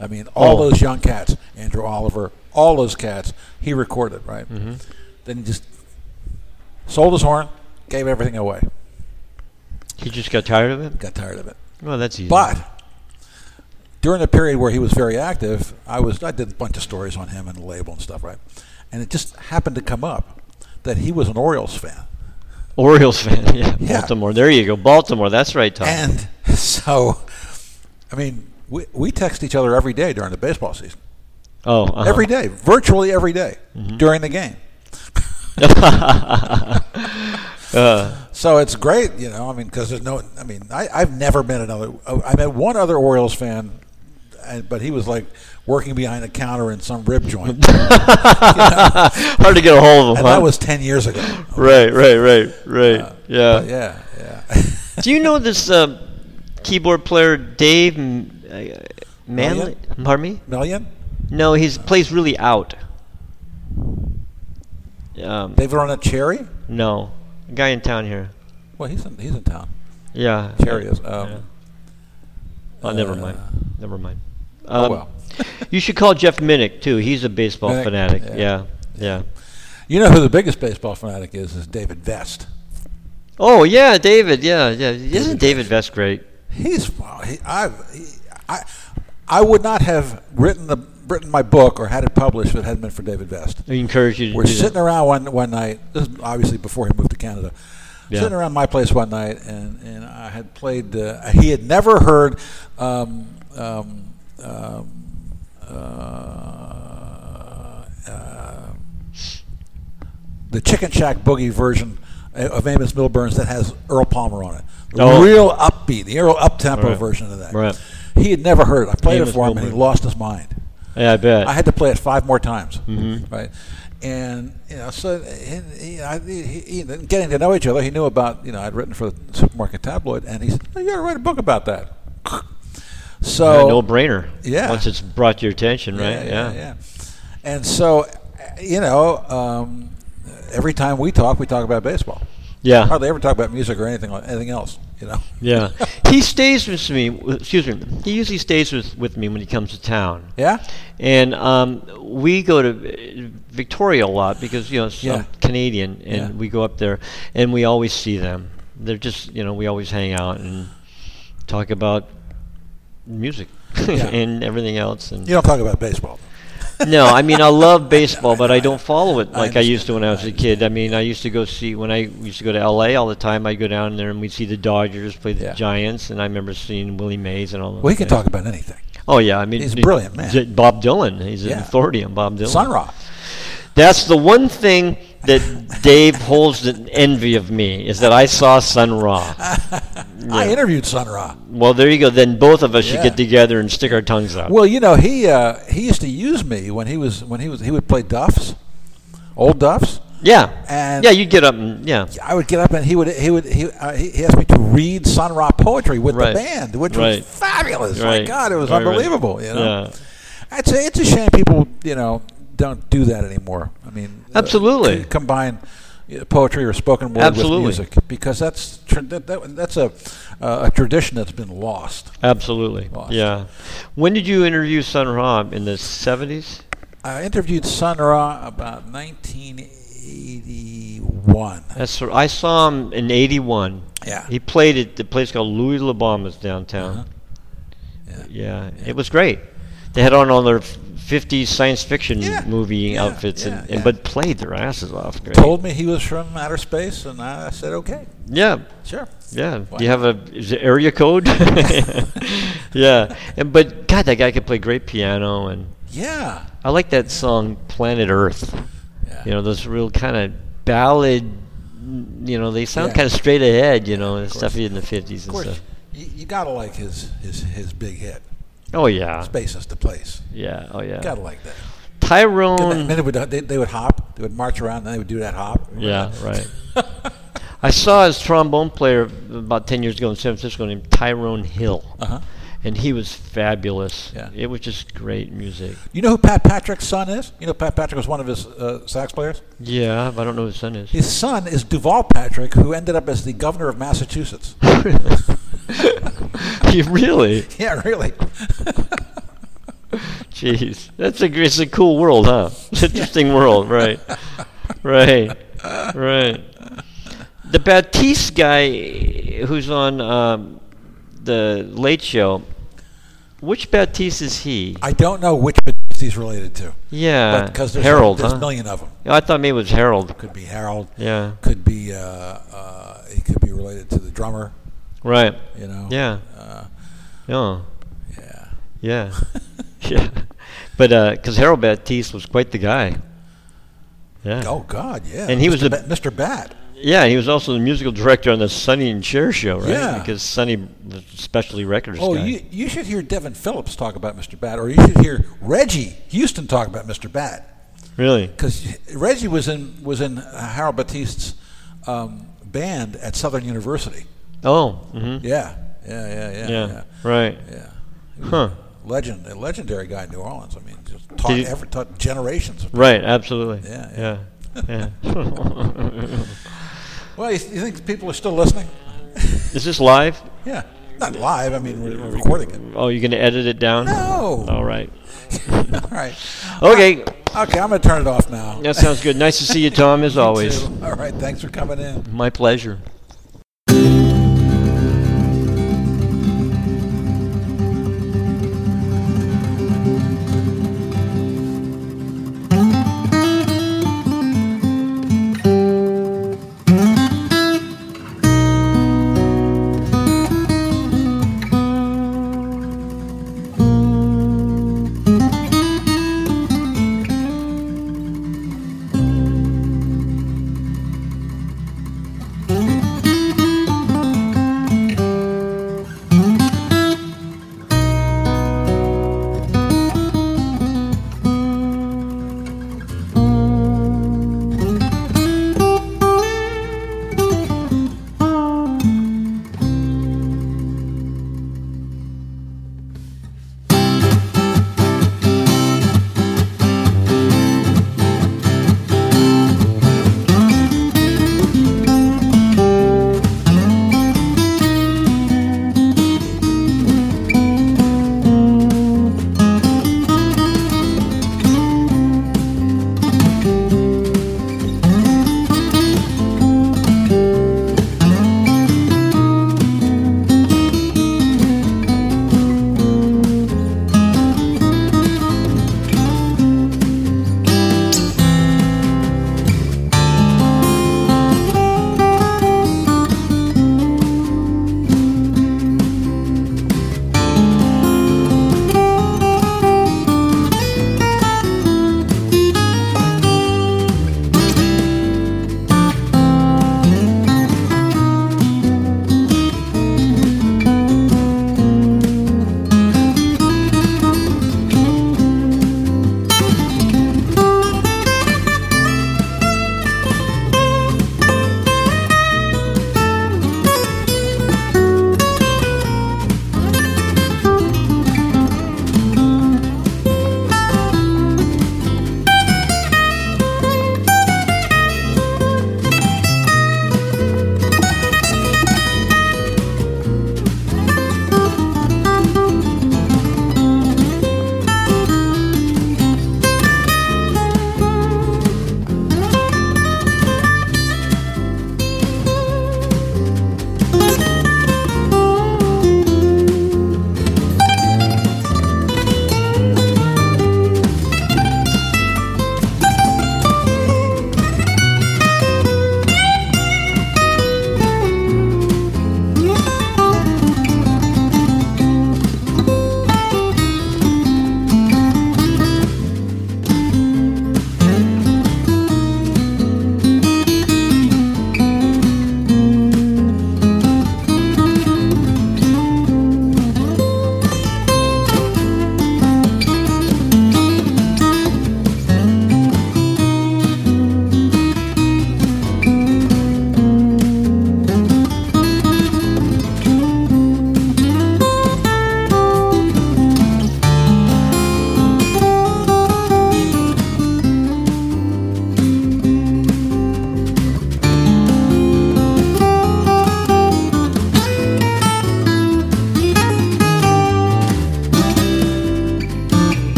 I mean, all Oh. those young cats, Andrew Oliver, all those cats, he recorded right. Then he just sold his horn, gave everything away, he just got tired of it. got tired of it. Well, that's easy. But during the period where he was very active, I was I did a bunch of stories on him and the label and stuff, right? And it just happened to come up that he was an Orioles fan, Orioles fan. (laughs) Yeah. Yeah. Baltimore. There you go. Baltimore. That's right, Tom. and (laughs) so, I mean, we we text each other every day during the baseball season, oh. uh-huh. Mm-hmm. every (laughs) day, virtually every day during the game. (laughs) (laughs) Uh, So it's great, you know. I mean, because there's no. I mean, I, I've never met another. I met one other Orioles fan, and, but he was like working behind a counter in some rib (laughs) joint, and hard to get a hold of him. huh? that was ten years ago. Uh, right, right, right, right. yeah. But yeah, yeah. Do you know this uh, keyboard player Dave M- uh, Oh, Manley? Hmm. Pardon me? (laughs) Million? No, he plays really out. Um, David Arnett Cherry? no, a guy in town here. Well, he's in, he's in town. Yeah, Cherry is. Um, yeah. Oh, never mind. uh, Never mind. oh, Um, well. you should call Jeff Minnick too. He's a baseball Minnick, fanatic. yeah. Yeah. yeah, You know who the biggest baseball fanatic is? Is David Vest. Oh yeah, David. Yeah, yeah. Isn't David Vest great? He's wow. He, I, he, I, I would not have written the written my book or had it published if it hadn't been for David Vest. I encourage you to We're do that. sitting around one one night. This is obviously before he moved to Canada. Yeah. Sitting around my place one night, and, and I had played. Uh, he had never heard. Um, um, um, uh, uh, the Chicken Shack Boogie version of Amos Milburn's that has Earl Palmer on it. The Oh. real upbeat, the Earl up-tempo Right. version of that. Right. He had never heard it. I played it Amos for him, and he Milburn. lost his mind. Yeah, I bet. I had to play it five more times, right? And you know, so he, he, I, he, he- getting to know each other, he knew about you know I'd written for the supermarket tabloid, and he said, "You got to write a book about (laughs) that." So no brainer. Yeah. Once it's brought to your attention, right? yeah, yeah. And so, you know, um, every time we talk, we talk about (laughs) baseball. Yeah. Hardly ever talk about music or anything anything else. You know. Yeah. he stays with me. Excuse me. He usually stays with, with me when he comes to town. Yeah. And um, we go to uh, Victoria a lot because you know it's, Yeah. I'm Canadian, and Yeah. we go up there, and we always see them. They're just you know we always hang out and talk about music (laughs) and everything else. And You don't talk about baseball. no, I mean I love baseball, but I don't follow it I like I, used to when I was a understand. kid. I mean I used to go see when I used to go to L.A. all the time. I'd go down there and we'd see the Dodgers play the Yeah. Giants, and I remember seeing Willie Mays and all. those Well, he can guys. talk about anything. Oh yeah, I mean He's a d- brilliant man. d- Bob Dylan, he's an Yeah. authority on Bob Dylan. Sun Ra. That's the one thing that Dave holds an envy of me is that I saw Sun (laughs) Ra. I interviewed Sun Ra. Well, there you go. Then both of us should Yeah. get together and stick our tongues out. Well, you know, he uh, he used to use me when he was when he was he would play Duffs, old Duffs. yeah, and- yeah, you get up and yeah. I would get up and he would he would he, uh, he he asked me to read Sun Ra poetry with Right. the band, which Right. was fabulous. Oh My Right. God, it was Right, right. unbelievable. You know, Yeah. I'd say it's a shame people you know don't do that anymore. I mean, uh, Absolutely. c- combine uh, poetry or spoken word Absolutely. with music because that's tr- that, that, that's a uh, a tradition that's been lost. Absolutely. Lost. Yeah. When did you interview Sun Ra? In the 70s? I interviewed Sun Ra about 1981. That's sor- I saw him in 81. Yeah. Uh-huh. He played at the place called Louis Le Bomb's downtown. Yeah. Yeah. It was great. They had on all their f- 50s science fiction Yeah, movie yeah, outfits and, yeah, yeah. and but played their asses off. Great. Told me he was from outer space, and I said, "Okay, Yeah. sure." Yeah. Wow. Do you have a is it area (laughs) code? yeah. And but god that guy could play great piano and Yeah. I like that song Planet Earth. Yeah. You know, those real kind of ballad you know, they sound Yeah. kind of straight ahead, you know, and course. stuff he did in the 50s of and course, stuff. you, you gotta like his his his big hit, Oh yeah. "Space is the Place." Yeah. Oh yeah. Gotta like that. And Tyrone. then they would they, they would hop, they would march around, and then they would do that hop. Yeah, right. (laughs) I saw his trombone player about 10 years ago in San Francisco named Tyrone Hill. Uh-huh. And he was fabulous. Yeah. It was just great (laughs) music. You know who Pat Patrick's son is? You know Pat Patrick was one of his uh, sax players. Yeah, but I don't know who his son is. His son is Duval Patrick, who ended up as the governor of (laughs) Massachusetts. (laughs) He (laughs) really? yeah, really. Jeez. That's a, gr- it's a cool world, huh? It's an interesting world, right. (laughs) Right. Right. The Baptiste guy who's on um, the Late Show, which Baptiste is he? I don't know which Batiste he's related to. Yeah, because there's, Harold, there's huh? a million of them. Yeah, I thought maybe it was Harold. Could be Harold. Yeah, Could be uh, uh, he could be related to the drummer. right. You know. Yeah. Uh, Oh, yeah. (laughs) yeah, yeah. But because Harold Baptiste was quite the guy. Yeah. Oh God, yeah. And he Mr. was a- Bat, Mr. Bat. Yeah, he was also the musical director on the Sonny and Cher show, right? Yeah. Because Sonny was a specialty records Oh, guy. you you should hear Devin Phillips talk about Mr. Bat, or you should hear Reggie Houston talk about Mr. Bat, really? because Reggie was in was in uh, Harold Batiste's um, band at Southern University. Oh, mhm. Yeah, yeah, yeah, yeah, yeah, yeah. Right. yeah. Huh. Legend, a legendary guy in New Orleans. I mean, just taught, Did you- ever, taught generations. Of, Right. Absolutely. Yeah, Yeah. yeah. (laughs) well, you, you think people are still listening? is this live? Yeah, not live. I mean, we're, we're recording it. Oh, you're gonna edit it down? No. All right. (laughs) All right. Okay. Okay, I'm going to turn it off now. That sounds good. Nice to see you, Tom, as always. All right, thanks for coming in. My pleasure.